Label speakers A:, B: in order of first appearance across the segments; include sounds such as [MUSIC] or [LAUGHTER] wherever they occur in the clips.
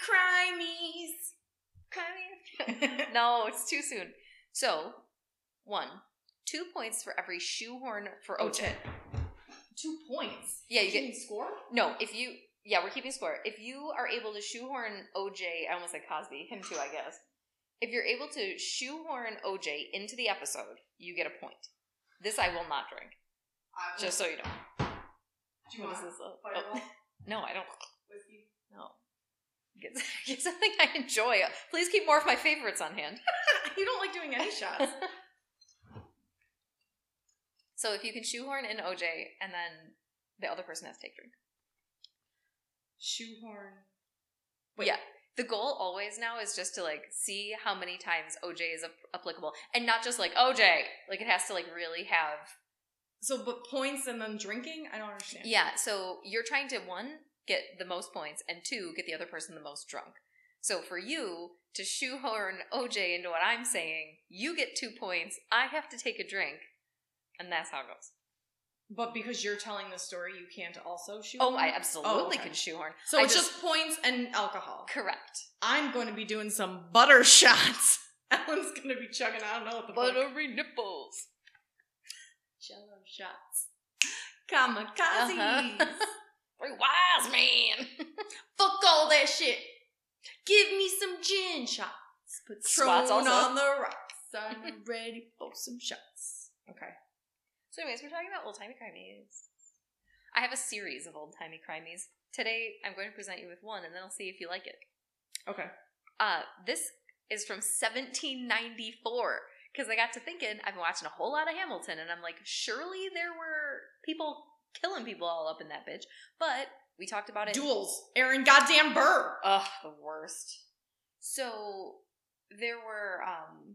A: cry me's. Cry me. [LAUGHS] no, it's too soon. So, one, two points for every shoehorn for Ochen.
B: Two points.
A: Yeah, you
B: Can
A: get.
B: you score?
A: No, if you. Yeah, we're keeping score. If you are able to shoehorn OJ, I almost said Cosby, him too, I guess. If you're able to shoehorn OJ into the episode, you get a point. This I will not drink,
B: I
A: just so you know.
B: Do you
A: What
B: want
A: is this? Oh, oh,
B: [LAUGHS] fireball
A: no, I don't. [LAUGHS]
B: whiskey?
A: No. Get, [LAUGHS] get something I enjoy. Please keep more of my favorites on hand.
B: you don't like doing any shots.
A: So if you can shoehorn in OJ, and then the other person has to take drink.
B: [LAUGHS] Shoehorn.
A: Yeah. The goal always now is just to like see how many times OJ is ap- applicable, and not just like OJ. Like it has to like really have.
B: So, but points and then drinking? I don't understand.
A: Yeah. So you're trying to one get the most points, and two get the other person the most drunk. So for you to shoehorn OJ into what I'm saying, you get two points. I have to take a drink, and that's how it goes.
B: But because you're telling the story, you can't also shoehorn.
A: Oh, I absolutely
B: okay.
A: can shoehorn.
B: So
A: I
B: it's just points and alcohol.
A: correct.
B: I'm going to be doing some butter [LAUGHS] shots. Ellen's going to be chugging. I don't know what the fuck.
A: Buttery nipples.
B: Jello shots.
A: Uh-huh. [LAUGHS]
B: Kamikazes.
A: Three wise man.
B: Fuck all that shit. Give me some gin shots.
A: Swats
B: Patron
A: also.
B: on the rocks.
A: [LAUGHS]
B: I'm ready for some shots. Okay.
A: So, anyways, we're talking about old timey crimeys. I have a series of old timey crimeys. Today, I'm going to present you with one, and then I'll see if you like it.
B: Okay.
A: Uh, this is from 1794 because I got to thinking. I've been watching a whole lot of Hamilton, and I'm like, surely there were people killing people all up in that bitch. But we talked about it.
B: Duels. Aaron goddamn Burr.
A: Ugh, the worst. So there were um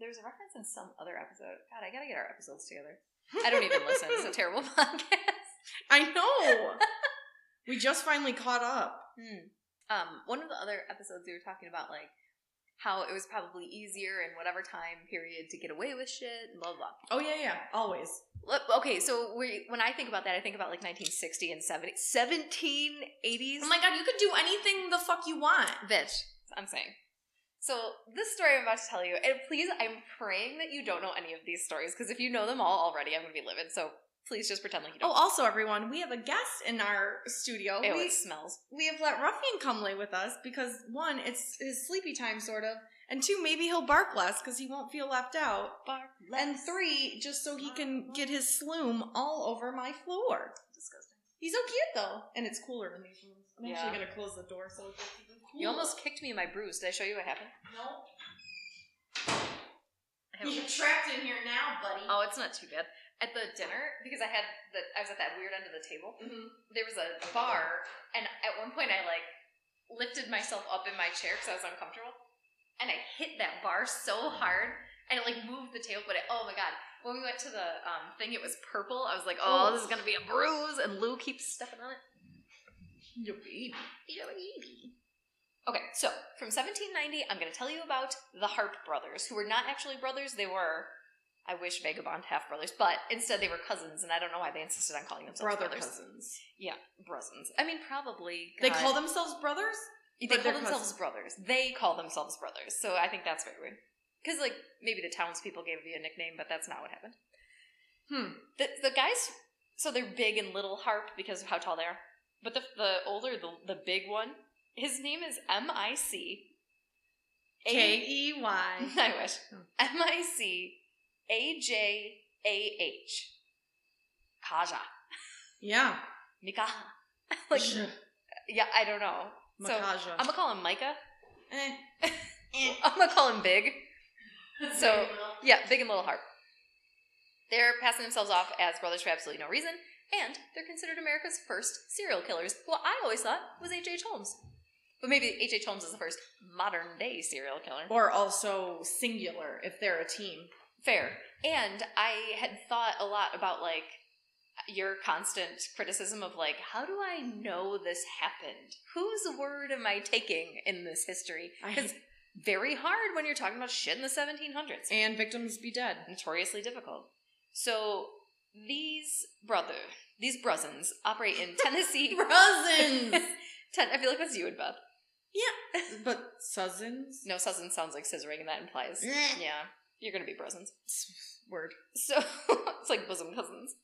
A: there was a reference in some other episode. God, I gotta get our episodes together. I don't even listen. [LAUGHS] It's a terrible podcast.
B: [LAUGHS] I
A: [LAUGHS]
B: know. we just finally caught up.
A: Hmm. Um, one of the other episodes we were talking about like how it was probably easier in whatever time period to get away with shit and blah blah. blah.
B: Oh yeah, yeah. Always.
A: Look, Okay, so we, when I think about that, I think about like 1960 and 70, 1780s.
B: Oh my god, you could do anything the fuck you want.
A: Bitch, I'm saying. So this story I'm about to tell you, and please, I'm praying that you don't know any of these stories because if you know them all already, I'm gonna be livid. So please just pretend like you
B: Oh,
A: don't.
B: also everyone, we have a guest in our studio.
A: Ew,
B: we,
A: it smells.
B: we have let Ruffian come lay with us because one, it's his sleepy time sort of, and two, maybe he'll bark less because he won't feel left out. And three, just so he can get his sloom all over my floor.
A: disgusting.
B: He's so cute though, and it's cooler in these rooms. I'm
A: Yeah.
B: actually gonna close the door so it's even cooler.
A: You almost kicked me in my bruise. Did I show you what happened?
B: no.
A: I have-
B: You're trapped in here now, buddy.
A: Oh, it's not too bad. At the dinner, because I had the, I was at that weird end of the table.
B: Mm-hmm.
A: There was a bar, and at one point I like lifted myself up in my chair because I was uncomfortable, and I hit that bar so hard, and it like moved the table. But it, oh my god, when we went to the um, thing, it was purple. I was like, oh,
B: Oh.
A: this is gonna be a bruise, and Lou keeps stepping on it.
B: Your baby.
A: Okay, so from 1790, I'm going to tell you about the Harp brothers, who were not actually brothers. They were, I wish, vagabond half brothers, but instead they were cousins, and I don't know why they insisted on calling themselves
B: Brother
A: brothers.
B: cousins.
A: Yeah, brothers. I mean, probably.
B: They
A: God.
B: call themselves brothers?
A: They
B: but
A: call
B: they're
A: themselves
B: cousins.
A: brothers. They call themselves brothers. So I think that's very weird. Because, like, maybe the townspeople gave you a nickname, but that's not what happened.
B: Hmm.
A: The, the guys, so they're big and little harp because of how tall they are. But the, the older, the, the big one, his name is M I C.
B: K E Y.
A: [LAUGHS] I wish. M I C A J A H. Kaja.
B: Yeah.
A: Mikaha. [LAUGHS] like, yeah, I don't know. So
B: Makaja.
A: I'm gonna call him Micah.
B: Eh.
A: [LAUGHS] I'm gonna call him Big. So- Yeah, Big and Little Harp. They're passing themselves off as brothers for absolutely no reason, and they're considered America's first serial killers. What I always thought was H.H. Holmes. But maybe H.H. Holmes is the first modern day serial killer.
B: or also singular if they're a team.
A: Fair. And I had thought a lot about like your constant criticism of like, how do I know this happened? Whose word am I taking in this history?
B: I-
A: Because very hard when you're talking about shit in the 1700s.
B: And victims be
A: [LAUGHS]
B: dead.
A: Notoriously difficult. So these brother,
B: [LAUGHS]
A: these brozens operate in Tennessee. [LAUGHS]
B: Cousins.
A: Ten- I feel like that's you and Beth.
B: Yeah. But cousins?
A: No, Susan sounds like scissoring, and that implies.
B: Eh.
A: yeah, you're going to be brosins.
B: Word.
A: So [LAUGHS] it's like bosom cousins.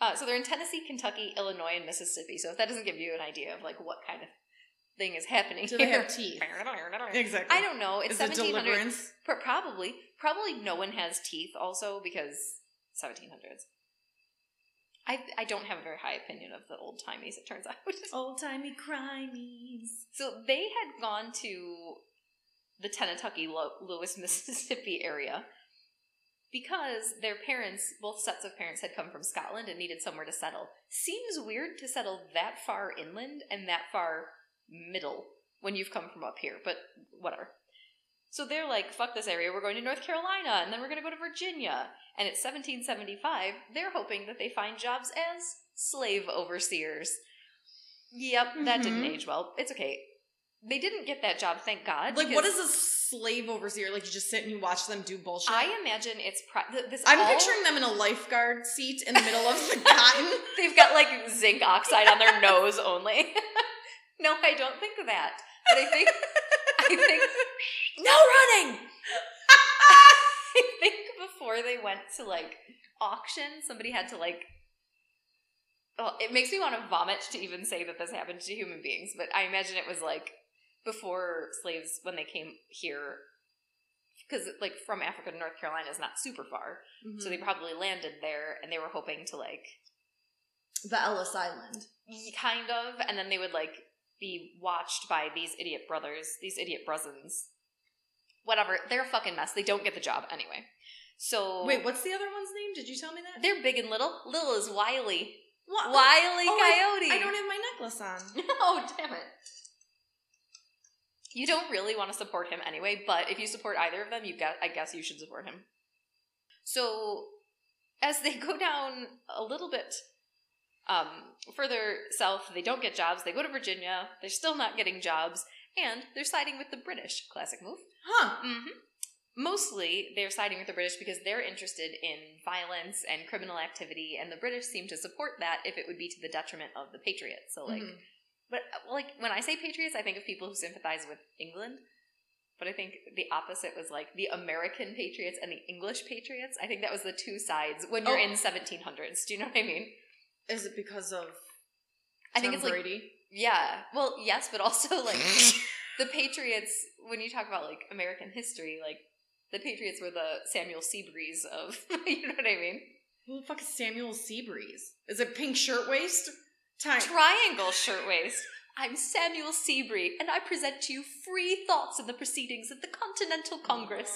A: Uh, so they're in Tennessee, Kentucky, Illinois, and Mississippi. So if that doesn't give you an idea of like what kind of thing is happening
B: Do they
A: here,
B: have teeth?
A: I
B: Exactly.
A: don't know. It's
B: Is it
A: seventeen hundred.
B: deliverance?
A: Probably, probably no one has teeth. Also because seventeen hundreds. I I don't have a very high opinion of the old timeys. It turns [LAUGHS] out.
B: Old timey crimies.
A: so they had gone to the Tennetucky, Lo- Lewis, [LAUGHS] Mississippi area because their parents, both sets of parents, had come from Scotland and needed somewhere to settle. Seems weird to settle that far inland and that far middle when you've come from up here, but whatever. So they're like, fuck this area, we're going to North Carolina, and then we're going to go to Virginia. And it's 1775. They're hoping that they find jobs as slave overseers. Yep, that didn't
B: Mhm.
A: age well. It's okay. They didn't get that job, thank God.
B: Like, what
A: because-
B: is a slave overseer? Like, you just sit and you watch them do bullshit?
A: I imagine it's pri- th- this.
B: I'm
A: all-
B: picturing them in a lifeguard seat in the middle of
A: [LAUGHS]
B: the cotton.
A: they've got like zinc oxide on their nose only. [LAUGHS] no, I don't think of that. But I think I
B: [LAUGHS]
A: think no running. [LAUGHS] I think before they went to like auction, somebody had to like. Well, it makes me want to vomit to even say that this happened to human beings, but I imagine it was like before slaves when they came here, because like from Africa to North Carolina is not super far, so
B: Hmm.
A: they probably landed there and they were hoping to like
B: the Ellis Island.
A: Y- kind of and then they would like be watched by these idiot brothers these idiot brozens whatever they're a fucking mess they don't get the job anyway so
B: Wait, what's the other one's name? Did you tell me that?
A: they're big and little little is wiley
B: What?
A: wiley
B: oh,
A: coyote
B: I don't have my necklace [LAUGHS] on.
A: [LAUGHS] oh damn it you don't really want to support him anyway but if you support either of them you got i guess you should support him so as they [LAUGHS] go down a little bit um, further south they don't get jobs they go to virginia they're still not getting jobs and they're siding with the british classic move
B: Huh.
A: hmm Mostly, they're siding with the British because they're interested in violence and criminal activity, and the British seem to support that if it would be to the detriment of the Patriots. So, like,
B: Mhm.
A: but uh, like when I say Patriots, I think of people who sympathize with England. But I think the opposite was like the American Patriots and the English Patriots. I think that was the two sides when you're
B: Oh.
A: in 1700s. Do you know what I mean?
B: Is it because of
A: I think
B: Tom
A: it's like
B: Brady?
A: yeah. Well, yes, but also like the Patriots. When you talk about like American history, like the Patriots were the Samuel Seabreeze of. [LAUGHS] you know what I mean?
B: Who the fuck is Samuel Seabreeze? Is it Pink Shirtwaist? Time.
A: Triangle shirtwaist. I'm Samuel Seabree, and I present to you free thoughts in the proceedings of the Continental Congress.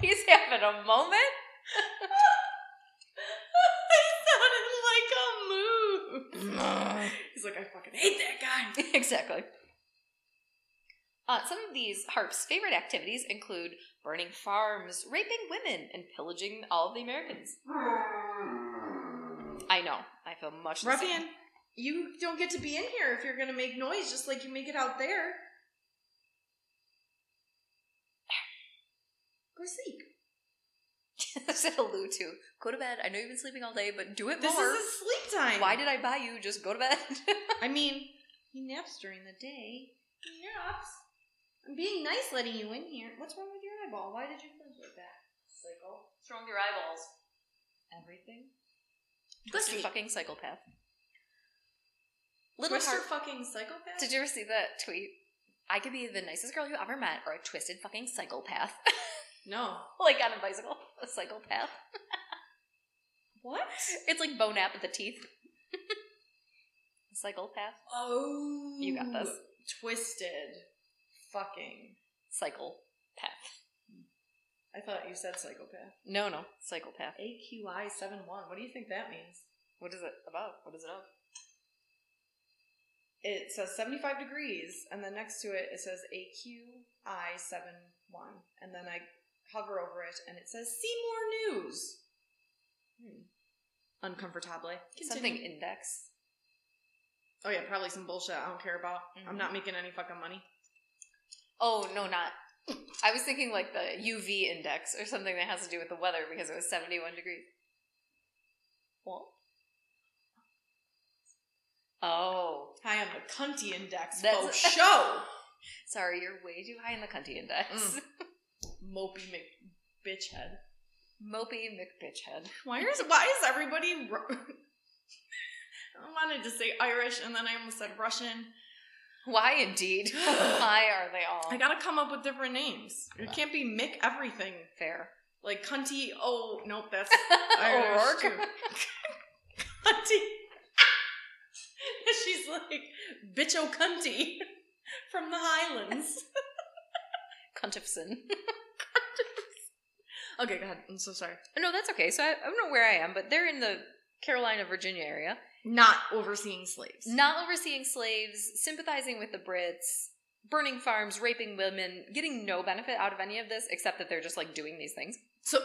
A: He's having a moment.
B: sounded like a move.
A: [LAUGHS]
B: He's like, I fucking hate that guy.
A: [LAUGHS] exactly. Uh, some of these harp's favorite activities include burning farms, raping women, and pillaging all of the Americans. I know. I feel much the same.
B: [LAUGHS] Ruffian, you don't get to be in here if you're gonna make noise just like you make it out there. Go sleep.
A: [LAUGHS] said allude to. Go to bed. I know you've been sleeping all day, but do it
B: This
A: more.
B: is his sleep time.
A: Why did I buy you? Just go to bed. [LAUGHS]
B: I mean he naps during the day. He naps. I'm being nice letting you in here. What's wrong with your eyeball? Why did you close like that? Cycle.
A: What's wrong with your eyeballs?
B: Everything.
A: Mr.
B: Pussy.
A: Fucking psychopath. Little
B: Little
A: heart.
B: fucking psychopath.
A: Did you ever see that tweet? I could be the nicest girl you ever met, or a twisted fucking psychopath, [LAUGHS]
B: No.
A: like on a bicycle. A psychopath.
B: What?
A: It's like bone app with the teeth. [LAUGHS] psychopath.
B: Oh.
A: You got this.
B: Twisted. Fucking.
A: Psychopath.
B: I thought you said psychopath.
A: No, no, psychopath.
B: AQI 71. What do you think that means?
A: What is it about? What is it of?
B: It says 75 degrees, and then next to it, it says AQI 71. And then I hover over it, and it says see more news. Hmm. Uncomfortably.
A: Something index.
B: Oh, yeah, probably some bullshit I don't care about.
A: Mhm.
B: I'm not making any fucking money.
A: Oh no, not. I was thinking like the UV index or something that has to do with the weather because it was seventy-one degrees. What? Oh,
B: High on the cunty index,
A: That's-
B: faux show.
A: sorry, you're way too high in the cunty index.
B: Mm. [LAUGHS] Mopey McBitchhead. head.
A: Mopey McBitchhead.
B: Why is why is everybody? Ru- [LAUGHS] I wanted to say Irish, and then I almost said Russian.
A: Why indeed? Why are they all
B: I gotta come up with different names. It can't be Mick everything.
A: fair?
B: Like cunty. Oh nope, [LAUGHS] that's Irish
A: O'Rourke?
B: too. [LAUGHS] cunty. [LAUGHS] She's like bitch o cunty [LAUGHS] from the Highlands.
A: Cuntifson.
B: [LAUGHS] Okay, go ahead. I'm so sorry.
A: No, that's okay. So I, I don't know where I am, but they're in the Carolina, Virginia area.
B: Not overseeing slaves.
A: not overseeing slaves, sympathizing with the Brits, burning farms, raping women, getting no benefit out of any of this except that they're just like doing these things.
B: So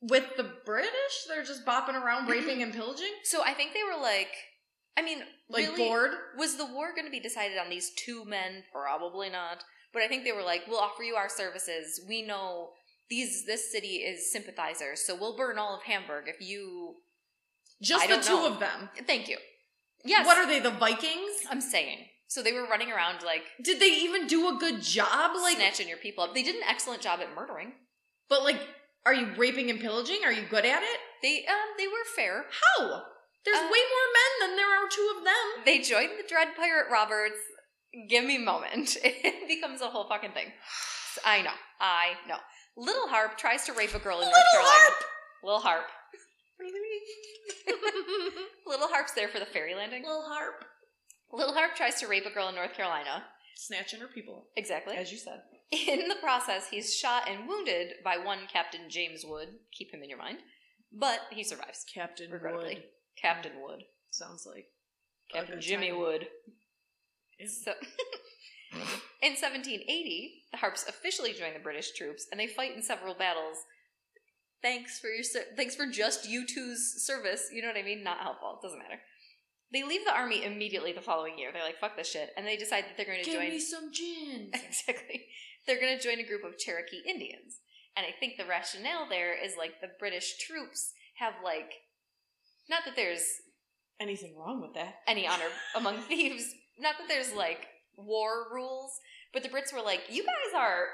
B: with the British, they're just bopping [CLEARS THROAT] around, raping and pillaging.
A: So I think they were like, I mean,
B: Like
A: really,
B: bored.
A: was the war going to be decided on these two men? Probably not. But I think they were like, we'll offer you our services. We know these this city is sympathizers, so we'll burn all of Hamburg if you.
B: Just
A: I
B: the
A: don't
B: two
A: know.
B: of them.
A: Thank you. Yes,
B: What are they, the Vikings?
A: I'm saying. So they were running around like,
B: Did they even do a good job? Like,
A: snatching your people up. They did an excellent job at murdering.
B: but like, are you raping and pillaging? Are you good at it?
A: They um they were fair.
B: How? There's
A: Uh,
B: way more men than there are two of them.
A: They joined the Dread Pirate Roberts. Give me a moment. [LAUGHS] It becomes a whole fucking thing. I know. I know. Little Harp tries to rape a girl in North
B: Little
A: Carolina.
B: Harp!
A: Little Harp.
B: [LAUGHS]
A: Little Harp's there for the fairy landing.
B: Little harp.
A: Little Harp tries to rape a girl in North Carolina.
B: Snatching her people,
A: Exactly.
B: as you said.
A: [LAUGHS] In the process, he's shot and wounded by one Captain James Wood. Keep him in your mind. But he survives.
B: Captain
A: Regrettably.
B: Wood.
A: Captain Wood.
B: Sounds like. a
A: Captain
B: good
A: Jimmy
B: time.
A: Wood.
B: Yeah.
A: So, [LAUGHS] in 1780, the Harps officially join the British troops, and they fight in several battles. Thanks for your ser- thanks for just you two's service. You know what I mean? Not helpful. It doesn't matter. They leave the army immediately the following year. They're like, "Fuck this shit," and they decide that they're going to
B: Give
A: [LAUGHS] join.
B: me some gin.
A: exactly, they're going to join a group of Cherokee Indians. And I think the rationale there is like the British troops have like, not that there's
B: [LAUGHS] Anything wrong with that?
A: any honor among [LAUGHS] thieves. Not that there's like war rules, but the Brits were like, you guys are,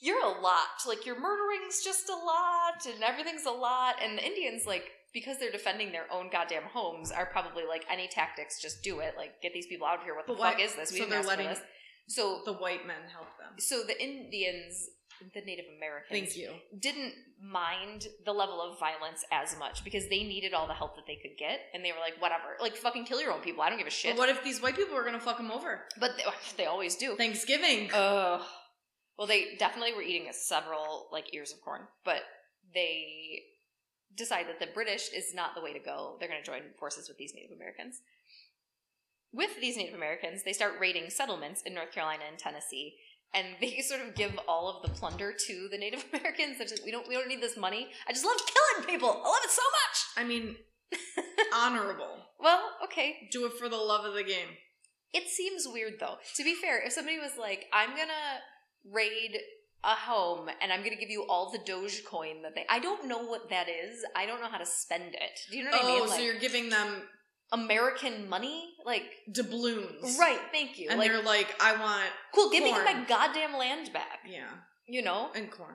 A: you're a lot. Like, your murdering's just a lot, and everything's a lot. And the Indians, like, because they're defending their own goddamn homes, are probably like, any tactics, just do it. Like, get these people out of here. What the
B: But why-
A: fuck is this? We
B: so
A: didn't
B: they're
A: ask
B: letting-
A: for this. So,
B: The white men help them.
A: so the Indians, the Native Americans,
B: Thank you.
A: didn't mind the level of violence as much because they needed all the help that they could get, and they were like, whatever, like fucking kill your own people. I don't give a shit.
B: But what if these white people were gonna fuck them over?
A: But they, [LAUGHS] they always do.
B: Thanksgiving.
A: Ugh. Well, they definitely were eating several like ears of corn, but they decide that the British is not the way to go. They're going to join forces with these Native Americans. With these Native Americans, they start raiding settlements in North Carolina and Tennessee, and [LAUGHS] they sort of give all of the plunder to the Native [LAUGHS] Americans. They're just, we don't we don't need this money. I just love killing people. I love it so
B: I
A: much.
B: mean,
A: [LAUGHS]
B: honorable.
A: Well, okay,
B: Do it for the love of the game.
A: It seems weird though. To be fair, if somebody was like, I'm gonna raid a home and I'm gonna give you all the Dogecoin that they I don't know what that is. I don't know how to spend it. Do you know what
B: oh,
A: I mean?
B: so
A: Like
B: you're giving them
A: American money? Like
B: doubloons,
A: Right, thank you.
B: And
A: like
B: they're like, I want,
A: cool, give me
B: corn.
A: my goddamn land back.
B: yeah,
A: You know?
B: and corn.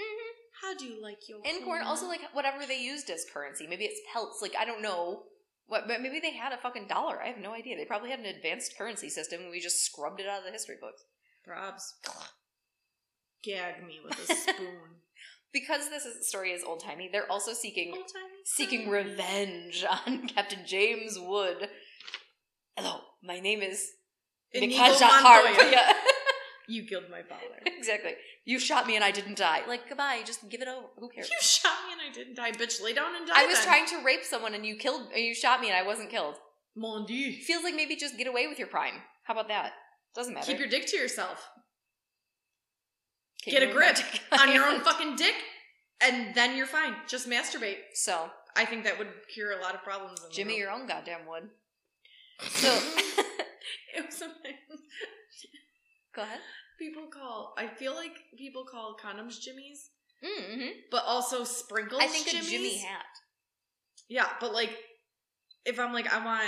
A: Mm-hmm.
B: How do you like your
A: And corn also like whatever they used as currency. Maybe it's pelts, like I don't know. What, but maybe they had a fucking dollar. I have no idea. They probably had an advanced currency system and we just scrubbed it out of the history books.
B: Probs. Gag me with
A: [LAUGHS]
B: a spoon.
A: because this is, story is old timey, they're also seeking
B: Old timey
A: seeking
B: spoon.
A: revenge [LAUGHS] on Captain James Wood. Hello, my name is
B: Inigo
A: Mikasa
B: Montoya.
A: Harp. [LAUGHS] Yeah,
B: You killed my
A: [LAUGHS]
B: father.
A: exactly. You shot me and I didn't die. Like goodbye, just give it over. Who
B: you
A: cares?
B: shot me and I didn't die, bitch. Lay down and die.
A: I was
B: then.
A: trying to rape someone and you killed. Or you shot me and I wasn't killed.
B: Mon Dieu.
A: Feels like maybe just get away with your crime. How about that? Doesn't matter.
B: Keep your dick to yourself.
A: Keep
B: get a
A: your-
B: grip on your
A: [LAUGHS]
B: own fucking dick, and then you're fine. Just masturbate.
A: So
B: I think that would cure a lot of problems. In the
A: Jimmy,
B: world.
A: your own goddamn wood.
B: [LAUGHS]
A: So
B: It was something
A: go ahead.
B: people call. I feel like people call condoms jimmies,
A: Mm-hmm.
B: but also sprinkles.
A: I think
B: jimmies.
A: a Jimmy hat.
B: Yeah, but like, if I'm like, I want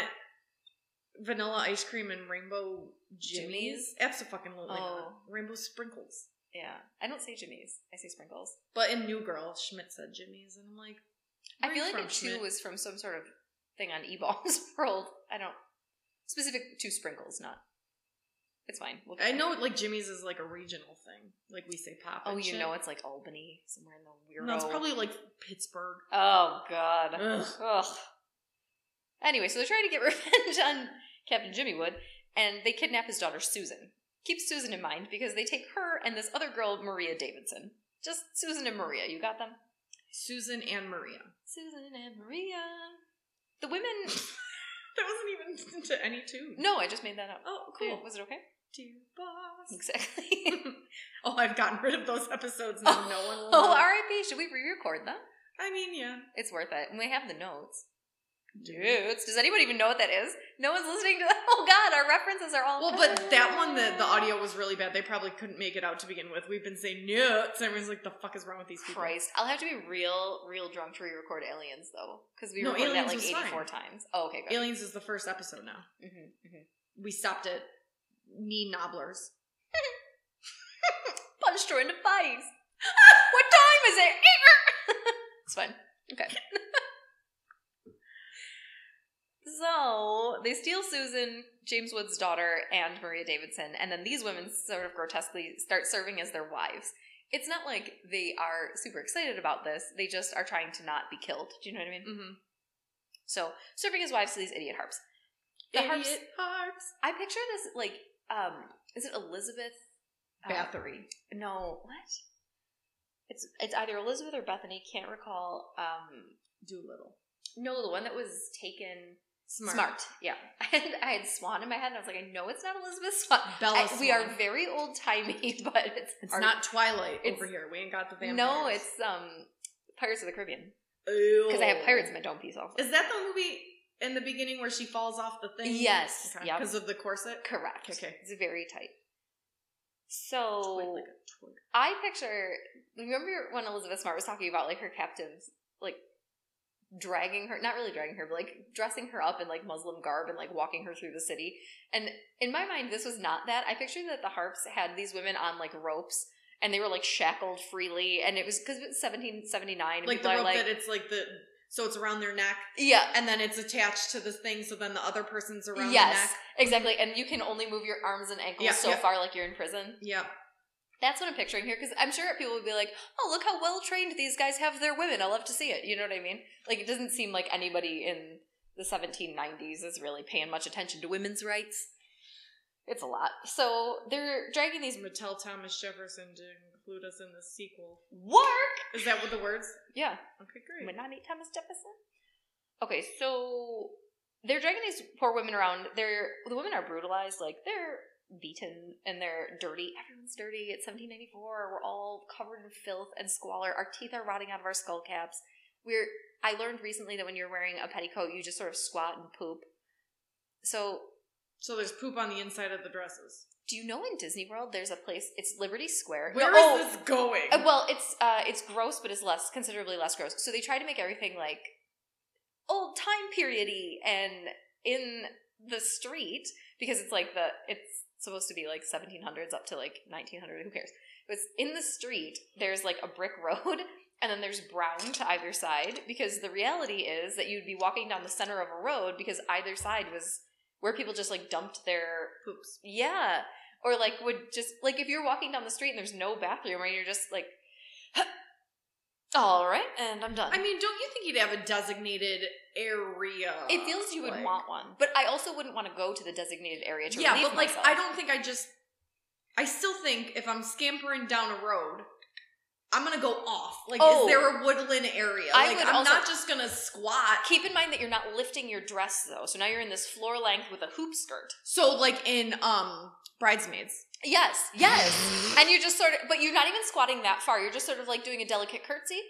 B: vanilla ice cream and rainbow jimmies.
A: Jimmies?
B: Absolutely. not.
A: Oh.
B: Rainbow sprinkles.
A: Yeah, I don't say Jimmy's. I say sprinkles.
B: But in New Girl, Schmidt said jimmies, and I'm like,
A: I feel
B: "Where you
A: like
B: from,
A: it too
B: Schmidt?"
A: was from some sort of thing on E-Bombs [LAUGHS] World. I don't specific to sprinkles, not. It's fine. We'll
B: I know, like Jimmy's is like a regional thing. Like we say pop.
A: Oh,
B: and
A: you
B: shit.
A: know it's like Albany somewhere in the weirdo.
B: No, it's probably like Pittsburgh.
A: Oh God.
B: Ugh.
A: Ugh. Anyway, so they're trying to get [LAUGHS] revenge on Captain Jimmy Wood, and they kidnap his daughter Susan. Keep Susan in mind because they take her and this other girl, Maria Davidson. Just Susan and Maria. You got them?
B: Susan and Maria. [LAUGHS]
A: Susan and Maria. The women.
B: That wasn't even [LAUGHS] to any tune.
A: No, I just made that up.
B: Oh,
A: Cool.
B: cool.
A: Was it okay?
B: Dear boss. [LAUGHS]
A: Exactly.
B: Oh, I've gotten rid of those episodes
A: [LAUGHS]
B: now. No one will. know.
A: oh, R.I.P. Should we re-record them?
B: I mean, yeah.
A: It's worth it, and we have the notes. Dudes, does anybody even know what that is? No one's listening to that. [LAUGHS] Oh God, our references are all.
B: Well,
A: [LAUGHS]
B: but that one, the, the audio was really bad. They probably couldn't make it out to begin with. We've been saying nuts. Everyone's like, the fuck is wrong with these people?
A: Christ, I'll have to be real, real drunk to re-record Aliens though, because we
B: No,
A: recorded that like
B: Aliens was fine.
A: eighty-four times. Oh, okay, good.
B: Aliens is the first episode now.
A: hmm hmm
B: We stopped at knee knobblers.
A: Punch her in the face. [LAUGHS] what time is it? [LAUGHS] it's fine. Okay. [LAUGHS] so they steal Susan, James Wood's daughter, and Maria Davidson, and then these women sort of grotesquely start serving as their wives. It's not like they are super excited about this. They just are trying to not be killed. Do you know what I mean?
B: Mm-hmm.
A: So serving as wives to these idiot harps. The
B: Idiot
A: harps-
B: harps.
A: I picture this like um is it Elizabeth uh,
B: Bathory.
A: no, what? It's it's either Elizabeth or Bethany. Can't recall. Um,
B: Doolittle.
A: no, the one that was taken.
B: Smart.
A: yeah. [LAUGHS] I had, I had Swan in my head, and I was like, I know it's not Elizabeth Swan.
B: Bella
A: I- We are
B: Swan.
A: very old timey, [LAUGHS] but it's,
B: It's
A: our-
B: not Twilight
A: It's-
B: over here. We ain't got the vampires.
A: No, it's um Pirates of the Caribbean
B: because
A: because I have pirates in my dome piece also.
B: Is that the movie in the beginning where she falls off the thing?
A: Yes.
B: Okay.
A: Yep.
B: Because of the corset.
A: Correct.
B: Okay.
A: It's very tight. So
B: Wait, like a twig.
A: I picture. Remember when Elizabeth Smart was talking about like her captives, like dragging her, not really dragging her, but like dressing her up in like Muslim garb and like walking her through the city. And in my mind, this was not that. I pictured that the harps had these women on like ropes and they were like shackled freely. And it was because it was 1779. And
B: Like the
A: people are
B: rope
A: like,
B: that it's like the so it's around their neck
A: yeah,
B: and then it's attached to the thing so then the other person's around
A: yes,
B: the neck.
A: exactly. And you can only move your arms and ankles
B: Yeah,
A: so
B: yeah.
A: far, like you're in prison.
B: Yep.
A: That's what I'm picturing here because I'm sure people would be like, "Oh, look how well trained these guys have their women. I love to see it." You know what I mean? Like it doesn't seem like anybody in the 1790s is really paying much attention to women's rights. It's a lot. So they're dragging these
B: Mattel Thomas Jefferson to include us in the sequel.
A: work.
B: Is that what the words?
A: Yeah,
B: Okay,
A: would
B: great.
A: not meet Thomas Jefferson. Okay, so they're dragging these poor women around. They're the women are brutalized. Like they're beaten and they're dirty. Everyone's dirty. It's 1794. We're all covered in filth and squalor. Our teeth are rotting out of our skull caps. We're. I learned recently that when you're wearing a petticoat, you just sort of squat and poop. So
B: So there's poop on the inside of the dresses.
A: do you know in Disney World there's a place? It's Liberty Square.
B: Where is
A: No, oh,
B: this going?
A: uh, well, it's uh, it's gross, but it's less considerably less gross. So they try to make everything like old time periody and in the street because it's like the it's supposed to be like 1700s up to like 1900. Who cares? But it's in the street. There's like a brick road. [LAUGHS] And then there's brown to either side because the reality is that you'd be walking down the center of a road because either side was where people just like dumped their
B: Poops.
A: yeah. Or like would just like if you're walking down the street and there's no bathroom or you're just like [GASPS] all right, and I'm done.
B: I mean, don't you think you'd have a designated area?
A: it feels you would
B: like-
A: want one, but I also wouldn't want to go to the designated area to
B: Yeah,
A: relieve
B: but like
A: myself.
B: I don't think I just I still think if I'm scampering down a road, I'm gonna go off. Like is
A: Oh.
B: there a woodland area?
A: I
B: like
A: would
B: I'm
A: also-
B: not just gonna squat.
A: Keep in mind that you're not lifting your dress though, so now you're in this floor length with a hoop skirt.
B: So like in um Bridesmaids.
A: Yes, yes, [LAUGHS] and you're just sort of, but you're not even squatting that far. You're just sort of like doing a delicate curtsy,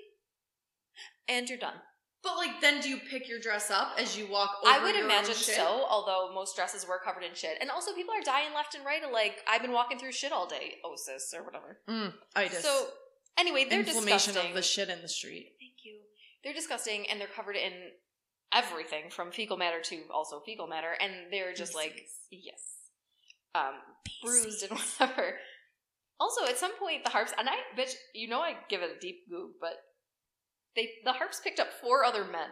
A: and you're done.
B: But like then do you pick your dress up as you walk over?
A: I would
B: your own
A: imagine
B: shit?
A: so, although most dresses were covered in shit. And also, people are dying left and right of like, I've been walking through shit all day, osis, or whatever.
B: Itis.
A: So, anyway, they're
B: inflammation
A: disgusting.
B: of the shit in the street.
A: Thank you. They're disgusting and they're covered in everything from fecal matter to also fecal matter, and they're just like, yes, um, bruised and whatever. Also, at some point, the harps and I, bitch, you know, I give it a deep goo, but they the harps picked up four other men.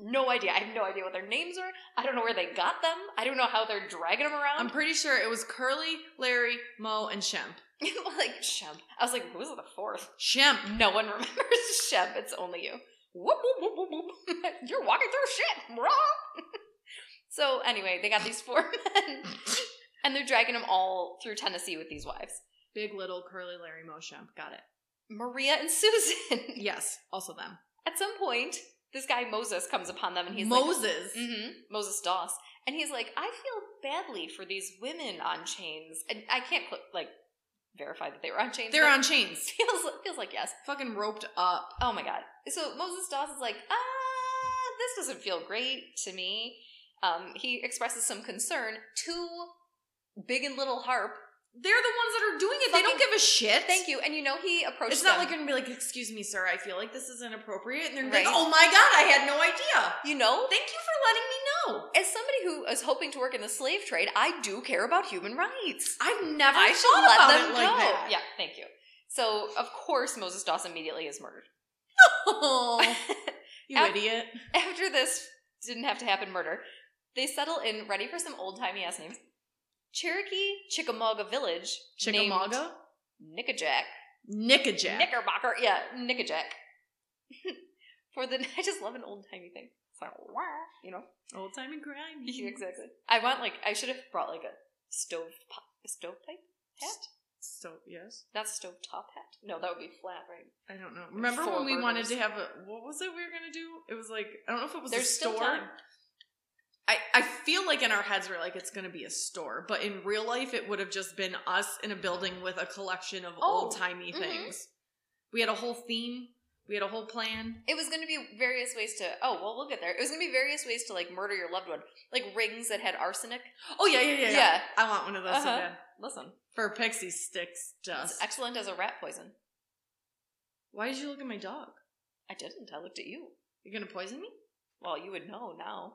A: No idea. I have no idea what their names are. I don't know where they got them. I don't know how they're dragging them around. [LAUGHS]
B: I'm pretty sure it was Curly, Larry, Mo, and Shemp.
A: like Shemp. I was like, who's the fourth?
B: Shemp.
A: No one [LAUGHS] remembers Shemp. It's only you. Whoop, whoop, whoop, whoop, whoop. [LAUGHS] You're walking through shit. Rah. [LAUGHS] so anyway, they got these four [LAUGHS] men, and they're dragging them all through Tennessee with these wives.
B: Big little Curly, Larry, Mo, Shemp. Got it.
A: Maria and [LAUGHS] Susan.
B: Yes. Also them.
A: At some point, this guy Moses comes upon them, and he's like,
B: Moses.
A: hmm Moses Doss. And he's like, I feel badly for these women on chains. And I can't, cl- like, verify that they were on chains.
B: They're
A: but [LAUGHS]
B: on chains.
A: Feels, feels like yes.
B: Fucking roped up.
A: Oh my god. So Moses Doss is like, ah, this doesn't feel great to me. Um, he expresses some concern to Big and Little Harp.
B: They're the ones that are doing it. they don't
A: Fucking-
B: give a shit.
A: Thank you. And you know, he approached
B: It's not
A: them.
B: like you're gonna be like, excuse me, sir, I feel like this is inappropriate. And they're gonna be
A: Right.
B: like, oh my god, I had no idea.
A: you know,
B: Thank you for letting me know.
A: as somebody who is hoping to work in the slave trade, I do care about human rights.
B: I've never
A: I should
B: thought
A: let
B: about
A: them
B: it like
A: go.
B: that.
A: Yeah, thank you. So of course Moses Doss immediately
B: [LAUGHS]
A: is murdered. [LAUGHS]
B: Oh, you
A: Af-
B: idiot.
A: After this didn't have to happen murder, they settle in ready for some old timey ass names. Cherokee Chickamauga Village. named
B: Chickamauga?
A: Nickajack.
B: Nickajack.
A: Knickerbocker. Yeah, Nickajack. [LAUGHS] for the [LAUGHS] I just love an old timey thing. It's like wah, you
B: [LAUGHS]
A: know.
B: Old time and grindy.
A: [LAUGHS] Yeah, exactly. I want like I should have brought like a stove po- a stovepipe hat.
B: So, yes.
A: Not stove top hat. No, that would be flat, right?
B: I don't know. Remember
A: Four
B: when we wanted to
A: burgers.
B: have a. What was it we were going to do? It was like, I don't know if it was
A: There's
B: a
A: still
B: store.
A: time.
B: I, I feel like in our heads we're like it's gonna be a store, but in real life it would have just been us in a building with a collection of
A: Oh,
B: old timey
A: mhm.
B: things. We had a whole theme, we had a whole plan.
A: It was going to be various ways to. Oh well, we'll get there. It was going to be various ways to like murder your loved one, like rings that had arsenic.
B: Oh yeah, yeah, yeah, yeah.
A: Yeah.
B: I want one of those so
A: Uh-huh.
B: bad.
A: Listen,
B: for pixie sticks
A: it's
B: dust.
A: excellent as a rat poison.
B: Why did you look at my dog?
A: I didn't. I looked at you.
B: You're gonna poison me?
A: Well, you would know now.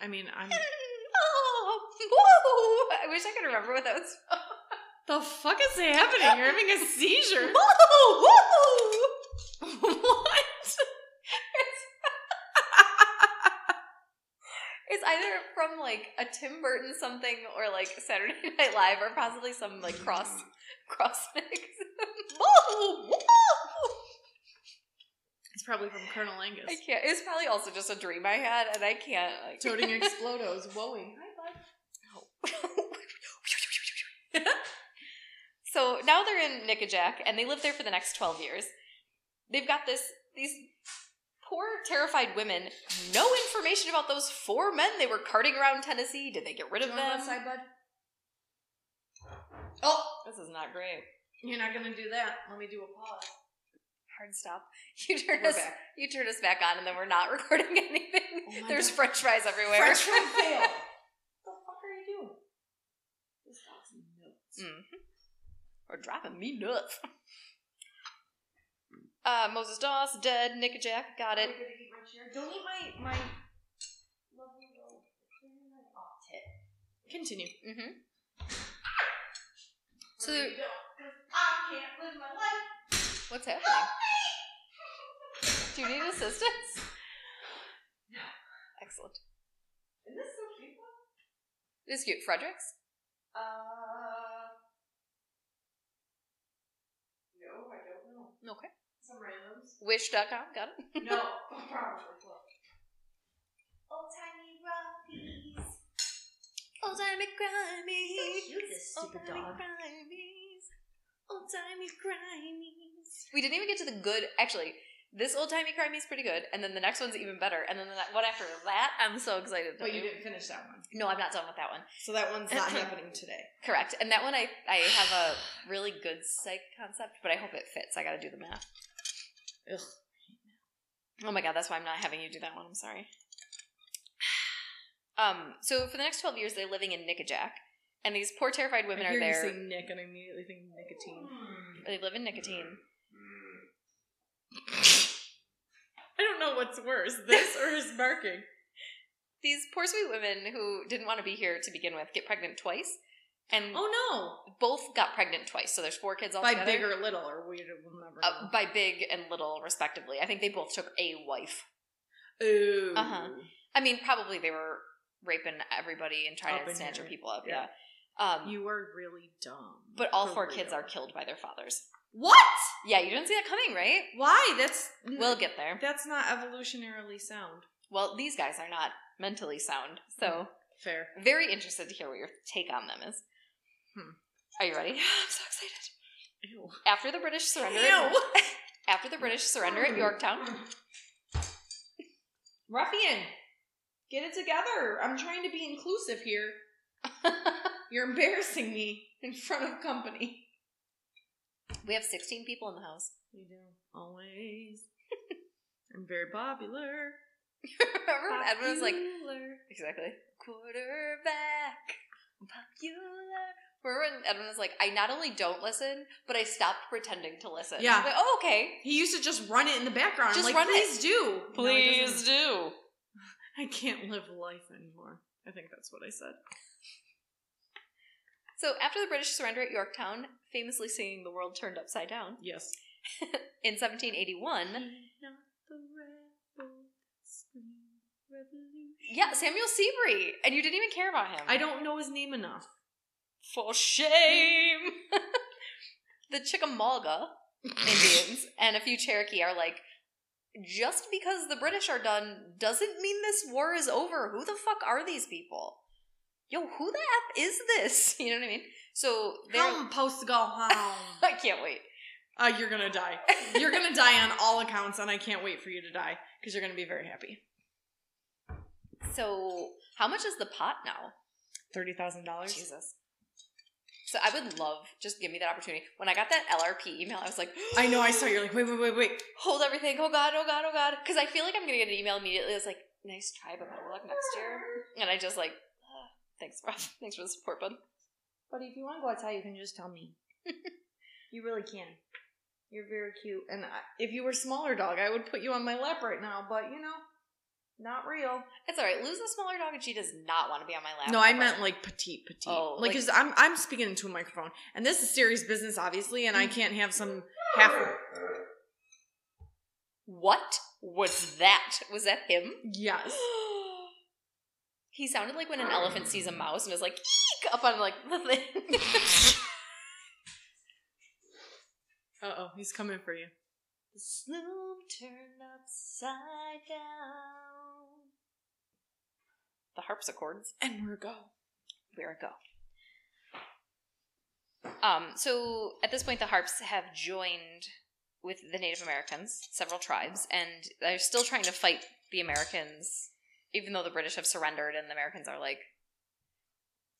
B: I mean,
A: [LAUGHS]
B: I'm
A: oh, whoa! [LAUGHS] I wish I could remember what that was. [LAUGHS] from.
B: the fuck is happening? You're having a seizure.
A: Whoa! Whoa! what? [LAUGHS] It's either from like a Tim Burton something or like Saturday [LAUGHS] Night Live or possibly some like cross [LAUGHS] cross mix. [LAUGHS] Whoa, whoa.
B: It's probably from Colonel Angus.
A: I can't. It's probably also just a dream I had, and I can't like.
B: Toting explodos, woeing. Hi, bud.
A: [LAUGHS] so now they're in Nickajack, and they live there for the next twelve years. They've got this these poor terrified women. No information about those four men they were carting around Tennessee. Did they get rid of
B: You wanna go
A: them?
B: outside, bud? Oh,
A: This is not great.
B: You're not gonna do that. Let me do a pause.
A: Hard stop. [LAUGHS] You turn
B: We're
A: us.
B: back.
A: You turn us back on, and then we're not [LAUGHS] recording anything.
B: Oh my
A: There's
B: God.
A: French fries everywhere.
B: French fry fail. the fuck are you doing? This dog's nuts.
A: hmm [LAUGHS] Or driving me nuts. Uh, Moses Doss, dead. Nick Jack, got
B: I'm
A: it.
B: gonna eat my chair. Don't eat my my lovely little oh, tit. Mm. Continue.
A: hmm So
B: So
A: there-
B: you don't, 'cause I can't live my life.
A: What's happening? Do you need assistance?
B: [GASPS] No.
A: Excellent.
B: Is this so cute? though?
A: This is cute. Fredericks?
B: Uh, no, I don't know.
A: Okay.
B: Some randoms.
A: Wish.com, got it.
B: No, [LAUGHS] probably. Old timey roughies.
A: Old timey grimies.
B: So
A: [LAUGHS]
B: cute, this stupid dog.
A: grimies.
B: Old timey grimies.
A: We didn't even get to the good. Actually, this old timey crimey is pretty good, and then the next one's even better, and then the ne- one after that, I'm so excited.
B: But you didn't finish that one.
A: No, I'm not done with that one.
B: So that one's not happening today.
A: Correct. And that one I, I have a really good psych concept, but I hope it fits. I gotta do the math.
B: Ugh.
A: Oh my god, that's why I'm not having you do that one. I'm sorry. [SIGHS] Um, so for the next twelve years they're living in Nickajack. And these poor terrified women
B: I
A: are
B: hear
A: there.
B: you say Nick and I immediately think nicotine.
A: they live in nicotine.
B: I don't don't know what's worse, this or his
A: [LAUGHS]
B: barking.
A: These poor sweet women who didn't want to be here to begin with get pregnant twice, and
B: Oh
A: both got pregnant twice. So there's four kids
B: no!
A: all
B: By
A: together.
B: big or little, or we will never
A: uh, by big and little, respectively. I think they both took a wife.
B: know. Ooh.
A: uh-huh. I mean, probably they were raping everybody and trying
B: Up
A: to
B: in
A: snatch
B: here.
A: people up. Yeah.
B: Yeah.
A: Um,
B: You were really dumb.
A: but all
B: For
A: four kids
B: real.
A: are killed by their fathers.
B: What?
A: Yeah, you didn't see that coming, right?
B: Why? That's
A: We'll get there.
B: That's not evolutionarily sound.
A: Well, these guys are not mentally sound, so
B: Fair.
A: very interested to hear what your take on them is.
B: Hmm.
A: Are you ready? [LAUGHS] I'm so excited.
B: Ew.
A: After the British surrender,
B: Ew.
A: [LAUGHS] after the British surrender at Yorktown,
B: Ruffian, get it together. I'm trying to be inclusive [LAUGHS] here. You're embarrassing me in front of company.
A: we have 16 people in the house.
B: You do. Always. [LAUGHS] I'm very popular.
A: [LAUGHS] Remember when Edwin was like,
B: Popular.
A: Exactly. Quarterback. Popular. Remember when Edwin was like, I not only don't listen, but I stopped pretending to listen.
B: Yeah.
A: But, oh, okay.
B: He used to just run it in the background.
A: Just
B: Just like,
A: run it.
B: please do. No, he doesn't.
A: do.
B: I can't live life anymore. I think that's what I said.
A: So after the British surrender at Yorktown, famously singing The World Turned Upside Down,
B: Yes.
A: in 1781,
B: Not the rebel that's screaming revolution.
A: yeah, Samuel Seabury. And you didn't even care about him.
B: I don't know his name enough.
A: For shame. [LAUGHS] the Chickamauga Indians [LAUGHS] and a few Cherokee are like, just because the British are done doesn't mean this war is over. Who the fuck are these people? Yo, who the f is this? [LAUGHS] You know what I mean? So they're.
B: I'm supposed to go [LAUGHS] home.
A: [LAUGHS] I can't wait.
B: uh, you're gonna [LAUGHS] die. You're gonna die on all accounts, and I can't wait for you to die because you're gonna be very happy.
A: So how much is the pot now?
B: Thirty thousand dollars.
A: Jesus. So I would love just give me that opportunity. When I got that LRP email, I was like,
B: I know. I saw you're like, wait, wait, wait, wait.
A: [GASPS] hold everything. Oh god, oh god, oh god. Because I feel like I'm gonna get an email immediately. It's like, nice try, but better luck next year. And I just like, ah, thanks, [LAUGHS] Rob. Thanks for the support, bud.
B: But if you want to go outside, you can just tell [LAUGHS] me. you really can. You're very cute, and I, if you were smaller, dog, I would put you on my lap right now. But you know, not real.
A: It's all right. Lose the smaller dog, and she does not want to be on my lap.
B: No, I
A: ever.
B: meant like petite, petite.
A: Oh,
B: like
A: like-
B: because I'm I'm speaking into a microphone, and this is serious business, obviously, and I can't have some half. [LAUGHS]
A: What was that? Was that him? [GASPS]
B: Yes.
A: he sounded like when an elephant sees a mouse and is like, eek, up on like the thing. [LAUGHS]
B: Uh oh, he's coming for you.
A: the sloom turned upside down. The harpsichords.
B: And we're go.
A: Where it go. Um, so at this point, the Harps have joined with the Native Americans, several tribes, and they're still trying to fight the Americans, even though the British have surrendered and the Americans are like.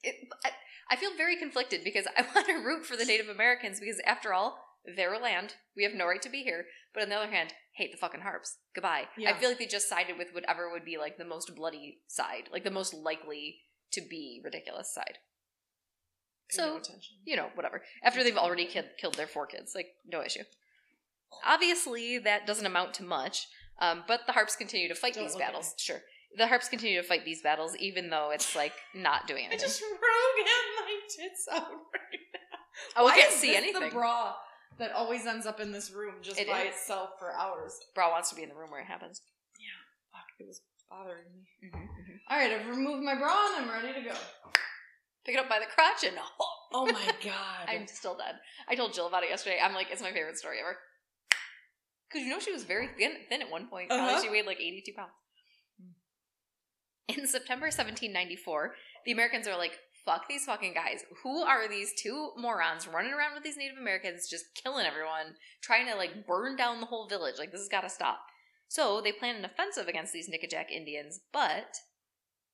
A: It, I, I feel very conflicted because I [LAUGHS] want to root for the Native Americans because, after all, their land. We have no right to be here. But on the other hand, hate the fucking harps. Goodbye. I
B: Yeah.
A: feel like they just sided with whatever would be like the most bloody side, like the most likely to be ridiculous side. So-
B: attention.
A: You know, whatever. After they've already kid- killed their four kids, like no issue. Obviously, that doesn't amount to much. Um, but the harps continue to fight
B: Don't
A: these
B: look at
A: battles. Sure, the harps continue to fight these battles, even though it's like not doing
B: I [LAUGHS]
A: anything.
B: just wrung in my tits out right now.
A: oh, I
B: Why
A: can't
B: is
A: see
B: this
A: anything.
B: The bra that always ends up in this room just
A: It
B: by
A: is.
B: itself for hours.
A: Bra wants to be in the room where it happens.
B: Fuck, it was bothering me.
A: Mm-hmm.
B: All right, I've removed my bra and I'm ready to go.
A: Pick it up by the crotch and
B: Oh
A: [LAUGHS]
B: my god.
A: I'm still dead. I told Jill about it yesterday. I'm like, it's my favorite story ever. Because you know she was very thin, thin at one point. Probably
B: Uh-huh.
A: she weighed like 82 pounds.
B: Mm.
A: In September 1794, the Americans are like, fuck these fucking guys. Who are these two morons running around with these Native Americans, just killing everyone, trying to like burn down the whole village? Like, this has got to stop. So they plan an offensive against these Nickajack Indians, but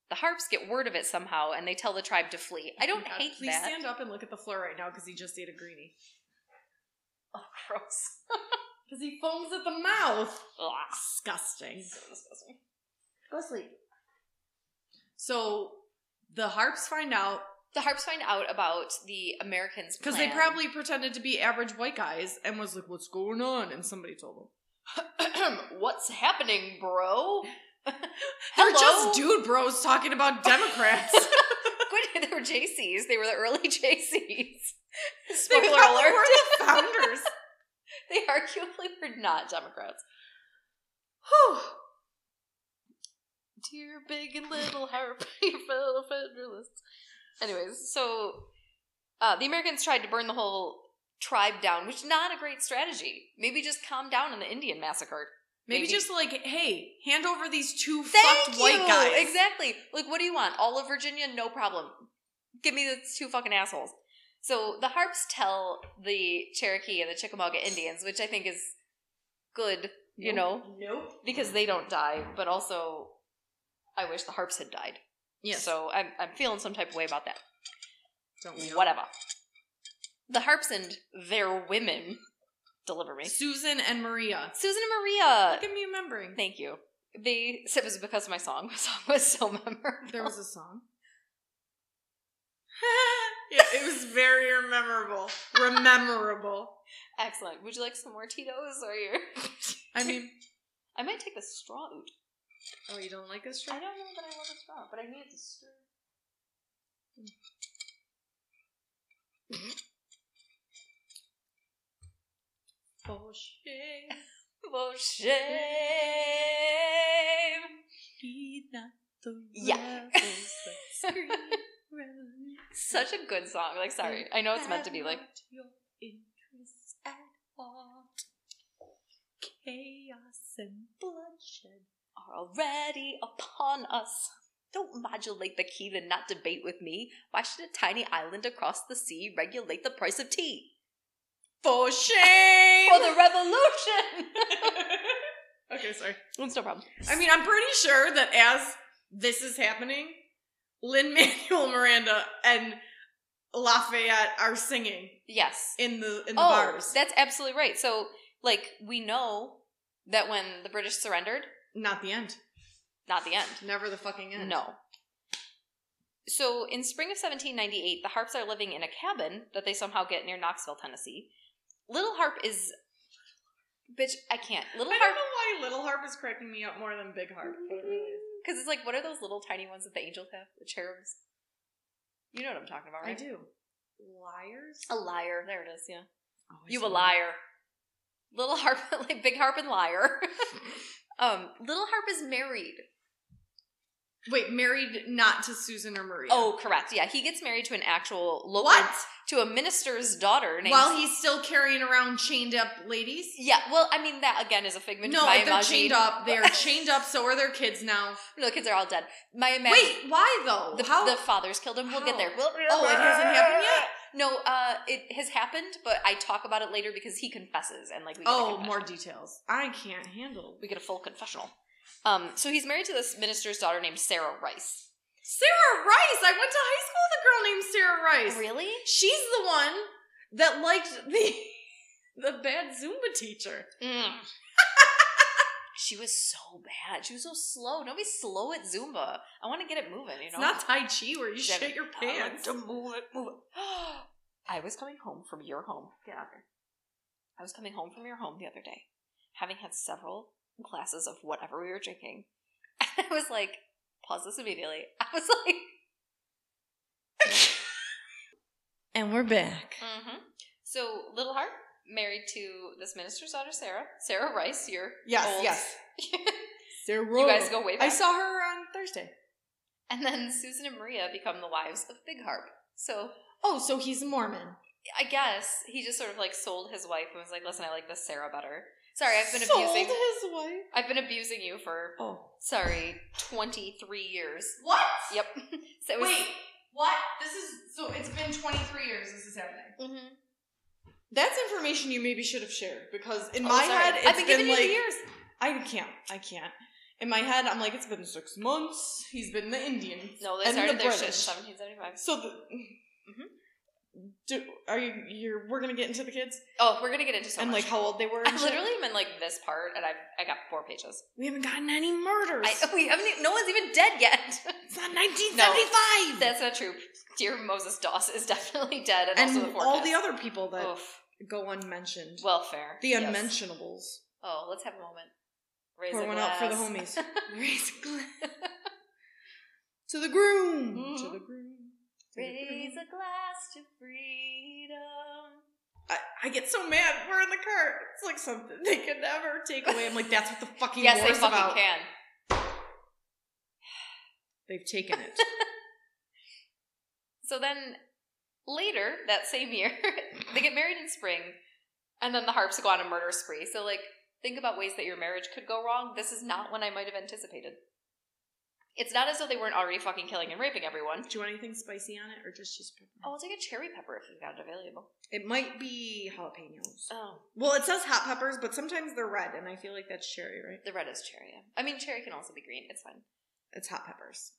A: the Harps get word of it somehow and they tell the tribe to flee. I don't
B: God,
A: hate
B: Please
A: that.
B: stand up and look at the floor right now because he just ate a greenie.
A: oh, [LAUGHS] gross.
B: Because he foams at the mouth.
A: Ugh.
B: Disgusting.
A: disgusting.
B: Go sleep. So the harps find out
A: The harps find out about the Americans
B: because they [CLEARS THROAT]
A: plan.
B: probably pretended to be average white guys and was like, "What's going on?" And somebody told them.
A: [CLEARS THROAT] What's happening, bro?
B: [LAUGHS] They're
A: Hello?
B: just dude bros talking about
A: [LAUGHS]
B: Democrats.
A: Quit- they were JCs. They were the early [LAUGHS] JCs.
B: [LAUGHS] They
A: Spoiler
B: probably
A: alert.
B: were the
A: [LAUGHS]
B: founders.
A: They arguably were not Democrats.
B: Whew.
A: Dear big and little harp, [LAUGHS] you fell federalists. Anyways, so uh, the Americans tried to burn the whole tribe down, which not a great strategy. Maybe just calm down in the Indian massacre.
B: Maybe,
A: Maybe.
B: just like, hey, hand over these two
A: Thank
B: fucked
A: you.
B: white guys.
A: Exactly. Like, what do you want? All of Virginia? No problem. Give me the two fucking assholes. So the harps tell the Cherokee and the Chickamauga Indians, which I think is good, you know,
B: Nope.
A: because they don't die, but also I wish the harps had died.
B: Yes.
A: So I'm, I'm feeling some type of way about that.
B: Don't we all?
A: Whatever. The harps and their women deliver me. Uh,
B: Susan and Maria.
A: Susan and Maria.
B: Look at me remembering.
A: Thank you. They said it was because of my song. [LAUGHS] My song was so memorable.
B: There [LAUGHS] was a song. yeah, it was very memorable. Rememberable.
A: Excellent. Would you like some more Tito's or your? [LAUGHS]
B: I mean,
A: I might take the straw. Oot.
B: oh, you don't like this
A: I
B: straw?
A: don't know that I love a straw, but I need to stir.
B: Oh, shit.
A: Oh shame!
B: Heed not the
A: Yeah.
B: rebels [LAUGHS] that scream.
A: [LAUGHS] Such a good song. Like, sorry, I know it's meant to be like.
B: Have not your interests at heart. Chaos and bloodshed.
A: are already upon us. Don't modulate the key then not debate with me. Why should a tiny island across the sea regulate the price of tea?
B: For shame!
A: For the revolution! [LAUGHS]
B: [LAUGHS] okay, sorry.
A: it's no problem.
B: I mean, I'm pretty sure that as this is happening, Lin Manuel Miranda and Lafayette are singing
A: Yes.
B: in the in the
A: oh,
B: bars.
A: that's absolutely right. So, like, we know that when the British surrendered,
B: Not the end.
A: not the end.
B: Never the fucking end.
A: No. So in spring of 1798, the Harps are living in a cabin that they somehow get near Knoxville, Tennessee. Little Harp is, bitch, I can't. Little
B: I
A: Harp
B: don't know why Little Harp is cracking me up more than Big Harp, but it really is.
A: Because it's like, what are those little tiny ones that the angels have? The cherubs? You know what I'm talking about,
B: I
A: right?
B: do. Liars?
A: A liar. There it is, yeah.
B: Oh, I
A: Oh, you
B: see.
A: a liar. Little harp, [LAUGHS] like big harp and
B: [LAUGHS]
A: liar. um, little harp is married.
B: Wait, married not to Susan or Maria.
A: Oh, correct. Yeah, he gets married to an actual local,
B: what?
A: to a minister's daughter. Named
B: While he's still carrying around chained up ladies?
A: yeah, well, I mean that again is a figment.
B: No,
A: of my
B: they're chained
A: imagination.
B: up. They are chained up. So are their kids now.
A: [LAUGHS] No, the kids are all dead. My imagine-
B: Wait, why though?
A: the,
B: How?
A: the father's killed him. We'll get
B: How?
A: there.
B: oh, it hasn't happened
A: [LAUGHS]
B: yet.
A: No, uh, it has happened, but I talk about it later because he confesses and like we get a
B: Oh,
A: confession.
B: more details. I can't handle.
A: we get a full confessional. Um, so he's married to this minister's daughter named Sarah Rice.
B: Sarah Rice. I went to high school with a girl named Sarah Rice.
A: Really?
B: She's the one that liked the [LAUGHS] the bad Zumba teacher. [LAUGHS]
A: Mm. she was so bad. She was so slow. Don't be slow at Zumba. I want to get it moving. You know,
B: It's not Tai Chi where you
A: Seven.
B: shit your
A: I want
B: pants.
A: to move it, move it. [GASPS] I was coming home from your home. Get out there. I was coming home from your home the other day, having had several glasses of whatever we were drinking. [LAUGHS] And I was like, pause this immediately. [LAUGHS] I was like,
B: And we're back.
A: Mm-hmm. So Little Heart married to this minister's daughter Sarah, Sarah Rice. Your
B: Yes,
A: old,
B: yes. Sarah.
A: [LAUGHS] you guys go way
B: I
A: back.
B: saw her on Thursday.
A: and then Susan and Maria become the wives of Big Harp. So
B: Oh, so he's a Mormon.
A: I guess he just sort of like sold his wife and was like, "Listen, I like this Sarah better." Sorry, I've been
B: Sold
A: abusing.
B: his wife.
A: I've been abusing you for
B: Oh.
A: sorry twenty three years.
B: What?
A: Yep. [LAUGHS] so it was,
B: Wait, what? This is so it's been 23 years this is happening.
A: Mm-hmm.
B: That's information you maybe should have shared because in my head it's
A: Oh, I've been, giving
B: like
A: you the years.
B: I can't. I can't. In my head I'm like it's been 6 months. He's been the Indian.
A: No, they
B: and
A: started
B: the
A: their shit in Mm-hmm.
B: British.
A: seventeen seventy five.
B: So the Do, are you you're we're going to get into the kids
A: Oh, we're gonna get into so
B: and
A: much.
B: like how old they were and
A: I
B: shit?
A: literally am in like this part, and I've I got four pages.
B: we haven't gotten any murders.
A: I, we haven't. Even, no one's even dead yet. [LAUGHS]
B: it's not 1975.
A: That's not true. Dear Moses Doss is definitely dead, and,
B: and
A: also the
B: all the
A: forecast.
B: other people that
A: Oof.
B: go unmentioned.
A: Welfare.
B: the
A: Yes.
B: unmentionables.
A: Oh, let's have a moment. Raise
B: Pour
A: a
B: one out for the homies.
A: glass. [LAUGHS]
B: Raise a glass. to the groom. To
A: Mhm.
B: the groom. To the
A: [LAUGHS] Raise
B: groom.
A: a glass to freedom.
B: I, I get so mad. We're in the car. It's like something they could never take away. I'm like, that's what the fucking
A: yes, they
B: war's
A: fucking
B: about.
A: can.
B: They've taken
A: [LAUGHS]
B: it.
A: So then later that same year, [LAUGHS] they get married in spring, and then the harps go on a murder spree. So like think about ways that your marriage could go wrong. This is not one I might have anticipated. It's not as though they weren't already fucking killing and raping everyone.
B: Do you want anything spicy on it or just cheese pepper?
A: Oh, I'll take a cherry pepper if you've got it available.
B: It might be jalapenos.
A: Oh.
B: Well, it says hot peppers, but sometimes they're red, and I feel like that's cherry, right?
A: The red is cherry. yeah. I mean, cherry can also be green. It's fine.
B: It's hot peppers.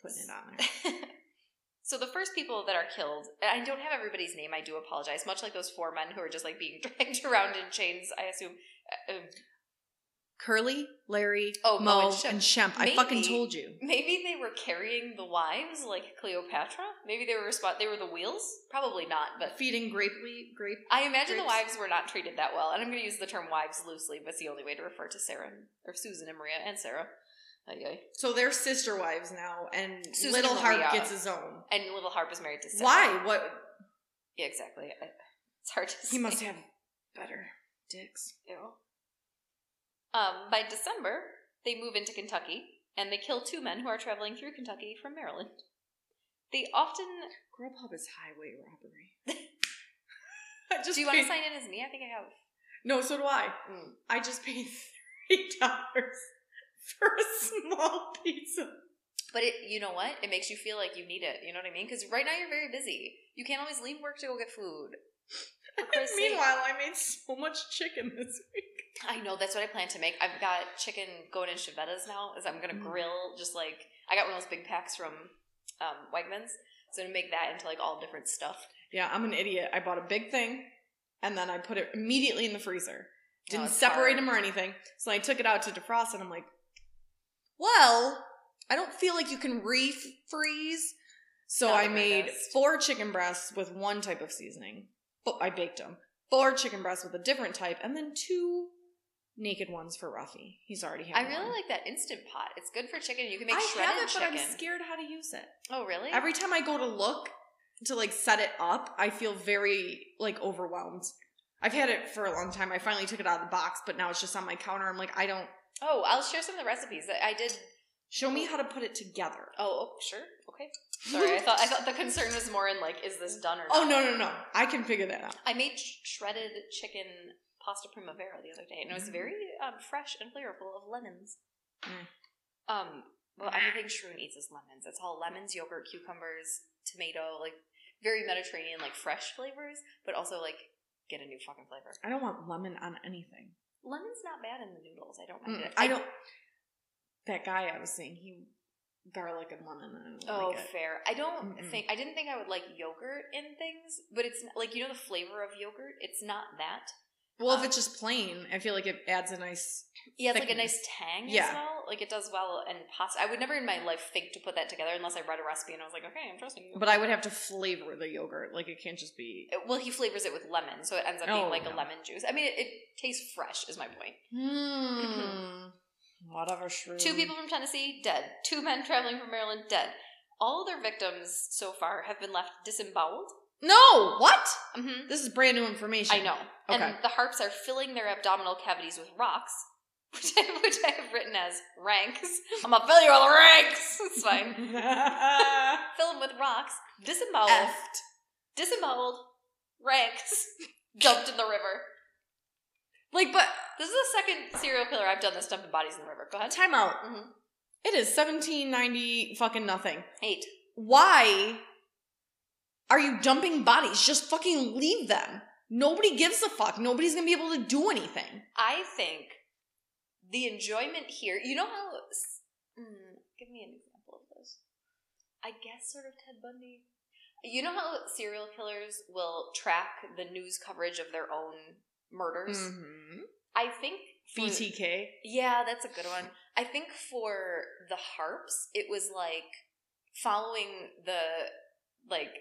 B: Putting it on there.
A: [LAUGHS] so the first people that are killed, and I don't have everybody's name. I do apologize. Much like those four men who are just like being [LAUGHS] dragged around in chains. I assume. Uh, um,
B: Curly, Larry,
A: Oh,
B: Mo,
A: Mo
B: and
A: and
B: Shemp.
A: Shemp.
B: I fucking
A: Maybe.
B: told you.
A: maybe they were carrying the wives like Cleopatra. Maybe they were respo- They were the wheels. Probably not. But
B: Feeding grape wheat, grape.
A: I imagine the
B: Grapes.
A: wives were not treated that well. And I'm going to use the term wives loosely, but it's the only way to refer to Sarah and, or Susan and Maria and Sarah. Ay, ay.
B: So they're sister wives now, and
A: Susan
B: Little
A: and
B: Harp
A: Maria.
B: gets his own.
A: And little Harp is married to Sarah.
B: Why? What?
A: Yeah, exactly. I- It's hard to.
B: He
A: say.
B: must have better dicks.
A: Ew. Um, by December, they move into Kentucky and they kill two men who are traveling through Kentucky from Maryland. They often.
B: Grubhub is highway robbery. [LAUGHS] I just
A: Do you want [LAUGHS] to
B: paid-
A: sign in as me? I think I have.
B: No, so do I.
A: Mm.
B: I just paid three dollars for a small pizza.
A: But it, you know what? It makes you feel like you need it. You know what I mean? Because right now you're very busy. You can't always leave work to go get food. For [LAUGHS] Christ's sake.
B: Meanwhile, I made so much chicken this week.
A: I know that's what I plan to make. I've got chicken going in chevettas now. Is I'm gonna
B: Mm.
A: grill just like I got one of those big packs from um, Wegmans, so I'm gonna make that into like all different stuff.
B: Yeah, I'm an idiot. I bought a big thing, and then I put it immediately in the freezer.
A: No,
B: Didn't
A: it's
B: separate
A: hard.
B: them or anything. So I took it out to defrost, and I'm like, well, I don't feel like you can refreeze. So
A: Not
B: I
A: the
B: made
A: greatest.
B: four chicken breasts with one type of seasoning. But I baked them. Four chicken breasts with a different type, and then two naked ones for Ruffy. He's already had.
A: I really
B: one.
A: like that instant pot. It's good for chicken. You can make
B: I have
A: shredded
B: it, but
A: chicken.
B: I'm scared how to use it.
A: Oh, really?
B: Every time I go to look to like set it up, I feel very like overwhelmed. I've had it for a long time. I finally took it out of the box, but now it's just on my counter. I'm like, I don't
A: oh, I'll share some of the recipes that I did.
B: show me how to put it together.
A: Oh, oh, sure.
B: [LAUGHS]
A: Okay. [LAUGHS] Sorry, I thought I thought the concern was more in like, is this done or not?
B: Oh no no no! I can figure that out.
A: I made sh- shredded chicken pasta primavera the other day, and it was very um, fresh and flavorful of lemons.
B: Mm-hmm. Mm.
A: Um, well, everything Shroon eats is lemons. It's all lemons, yogurt, cucumbers, tomato, like very Mediterranean, like fresh flavors, but also like get a new fucking flavor.
B: I don't want lemon on anything.
A: Lemon's not bad in the noodles. I don't
B: Mm,
A: mind it.
B: I don't. That guy I was seeing, he garlic and lemon. And I don't
A: Oh,
B: like it.
A: fair. I don't
B: Mm-mm.
A: think I didn't think I would like yogurt in things, but it's n- like you know the flavor of yogurt. It's not that.
B: Well,
A: uh,
B: if it's just plain, I feel like it adds a nice.
A: Yeah, it's like a
B: Thickness.
A: nice tang
B: Yeah.
A: as well. Like it does well in pasta. I would never in my life think to put that together unless I read a recipe and I was like, okay, I'm trusting you.
B: But I would have to flavor the yogurt. Like it can't just be.
A: It- well, he flavors it with lemon, so it ends up
B: Oh,
A: being like
B: no.
A: a lemon juice. I mean, it, it tastes fresh, is my point.
B: Hmm. [LAUGHS] Whatever shrew.
A: Two people from Tennessee dead. Two men [LAUGHS] traveling from Maryland dead. All their victims so far have been left disemboweled.
B: No, what?
A: hmm
B: This is brand new information.
A: I know. And
B: Okay.
A: the harps are filling their abdominal cavities with rocks, [LAUGHS] which I, which I have written as ranks. I'm gonna fill you with ranks. [LAUGHS] It's
B: [LAUGHS]
A: fine. fill them with rocks, disemboweled,
B: Effed.
A: disemboweled, ranks, [LAUGHS] dumped in the river.
B: Like, but
A: This is the second serial killer I've done this dumping bodies in the river. Go ahead.
B: time out.
A: Mhm.
B: It is seventeen ninety fucking nothing.
A: Eight.
B: Why are you dumping bodies? Just fucking leave them. Nobody gives a fuck. Nobody's gonna be able to do anything.
A: I think the enjoyment here, you know how. s- Mm, give me an example of this. I guess sort of Ted Bundy. You know how serial killers will track the news coverage of their own murders?
B: Mm.
A: Mm-hmm. I think. for-
B: BTK.
A: Yeah, that's a good one. I think for the harps, it was like following the like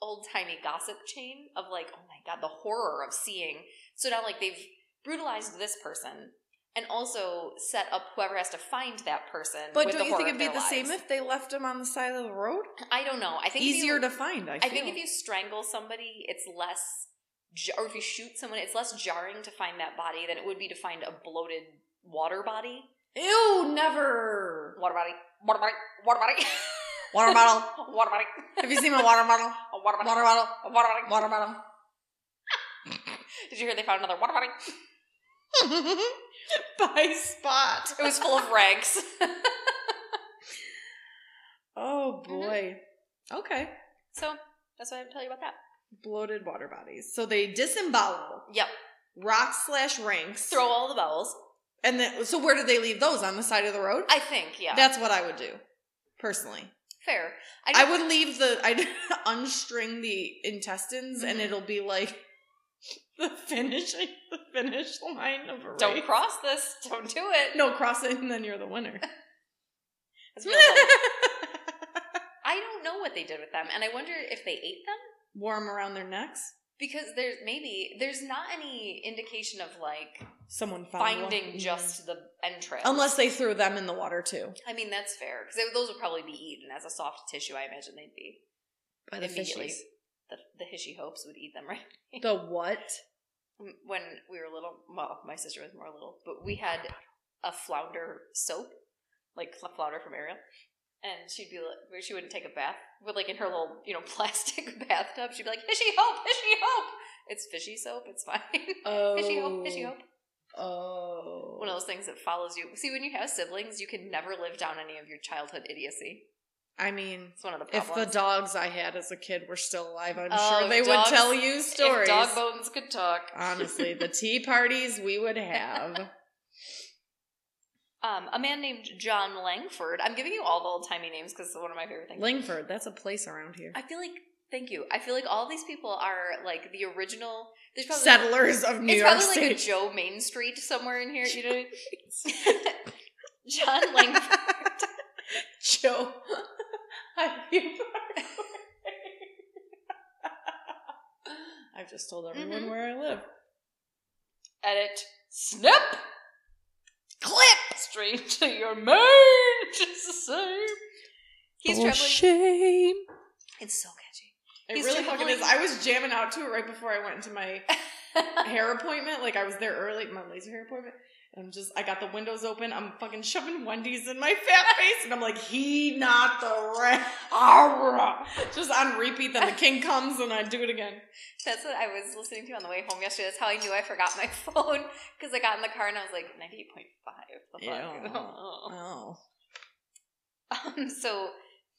A: old timey gossip chain of like, oh my god, the horror of seeing. So now like they've brutalized this person and also set up whoever has to find that person.
B: But
A: with
B: don't
A: the
B: you think
A: horror
B: it'd
A: of
B: be
A: their
B: the same
A: lives.
B: if they left him on the side of the road?
A: I don't know. I think if
B: Easier
A: you,
B: to find, I,
A: I
B: feel.
A: think if you strangle somebody, it's less, j- or if you shoot someone, it's less jarring to find that body than it would be to find a bloated water body.
B: Ew, never.
A: Water body. Water body. Water body.
B: Water bottle.
A: [LAUGHS] water body.
B: Have you seen my water
A: [LAUGHS]
B: bottle?
A: A water body.
B: Water bottle.
A: A water body.
B: Water bottle.
A: Did you hear they found another water body?
B: [LAUGHS] By spot.
A: It was full of rags.
B: [LAUGHS] Oh
A: Mhm.
B: boy. Okay.
A: so that's what I have to tell you about that.
B: Bloated water bodies. So they disembowel
A: Yep.
B: rock slash ranks.
A: Throw all the bowels.
B: And then, so where did they leave those on the side of the road?
A: I think, yeah.
B: That's what I would do, personally.
A: fair.
B: I would leave the [LAUGHS] I'd unstring the intestines, and
A: Mhm.
B: it'll be like [LAUGHS] the finishing the finish line of a race.
A: Don't cross this. Don't do it.
B: No, cross it, and then you're the winner. [LAUGHS]
A: That's what [LAUGHS] I like. I don't know what they did with them, and I wonder if they ate them
B: Wore 'em around their necks.
A: because there's maybe there's not any indication of like
B: Someone found one.
A: finding just the entrails.
B: unless they threw them in the water too
A: I mean that's fair because those would probably be eaten as a soft tissue. I imagine they'd be
B: by the
A: immediately.
B: fishies.
A: The, the hishy hopes would eat them, [LAUGHS] right? Um,
B: The what?
A: [LAUGHS] when we were little, well, my sister was more little, but we had a flounder soap, like fl- flounder from Ariel, and she'd be like, where she wouldn't take a bath, but like in her little, you know, [LAUGHS] plastic bathtub, she'd be like, "Fishy hope, fishy hope." It's fishy soap. It's fine. [LAUGHS]
B: Oh,
A: fishy hope, fishy hope.
B: Oh,
A: One of those things that follows you. See, when you have siblings, you can never live down any of your childhood idiocy.
B: I mean,
A: It's one of the
B: if
A: problems.
B: the dogs I had as a kid were still alive, I'm
A: Oh,
B: sure
A: if
B: they
A: dogs-
B: would tell you
A: if
B: stories.
A: dog bones could talk,
B: Honestly,
A: [LAUGHS]
B: the tea parties we would have.
A: um, a man named John Langford. I'm giving you all the old timey names because it's one of my favorite things.
B: Lingford, that's a place around here.
A: I feel like thank you. I feel like all these people are like the original. There's probably
B: Settlers of New
A: it's
B: York
A: probably like a
B: State.
A: Joe Main Street somewhere in here. You know,
B: [LAUGHS]
A: [LAUGHS] John Langford.
B: Joe. [LAUGHS] Have you-
A: [LAUGHS]
B: I've just told everyone
A: Mhm.
B: where I live.
A: Edit. Snip. Clip. Straight to your main. [LAUGHS] Just the same. He's traveling.
B: shame.
A: It's so catchy.
B: It
A: He's
B: really fucking
A: traveling-
B: is. I was jamming out to it right before I went into
A: [LAUGHS]
B: my hair appointment. Like I was there early, my laser hair appointment. And I'm just, I got the windows open. I'm fucking shoving Wendy's in my fat face, and I'm like, he not the rat. Arrgh. Just on repeat. Then the king comes, and I do it again.
A: That's what I was listening to on the way home yesterday. That's how I knew I forgot my [LAUGHS] phone because I got in the car and I was like ninety eight point five. The fuck.
B: Oh,
A: Um, [LAUGHS] so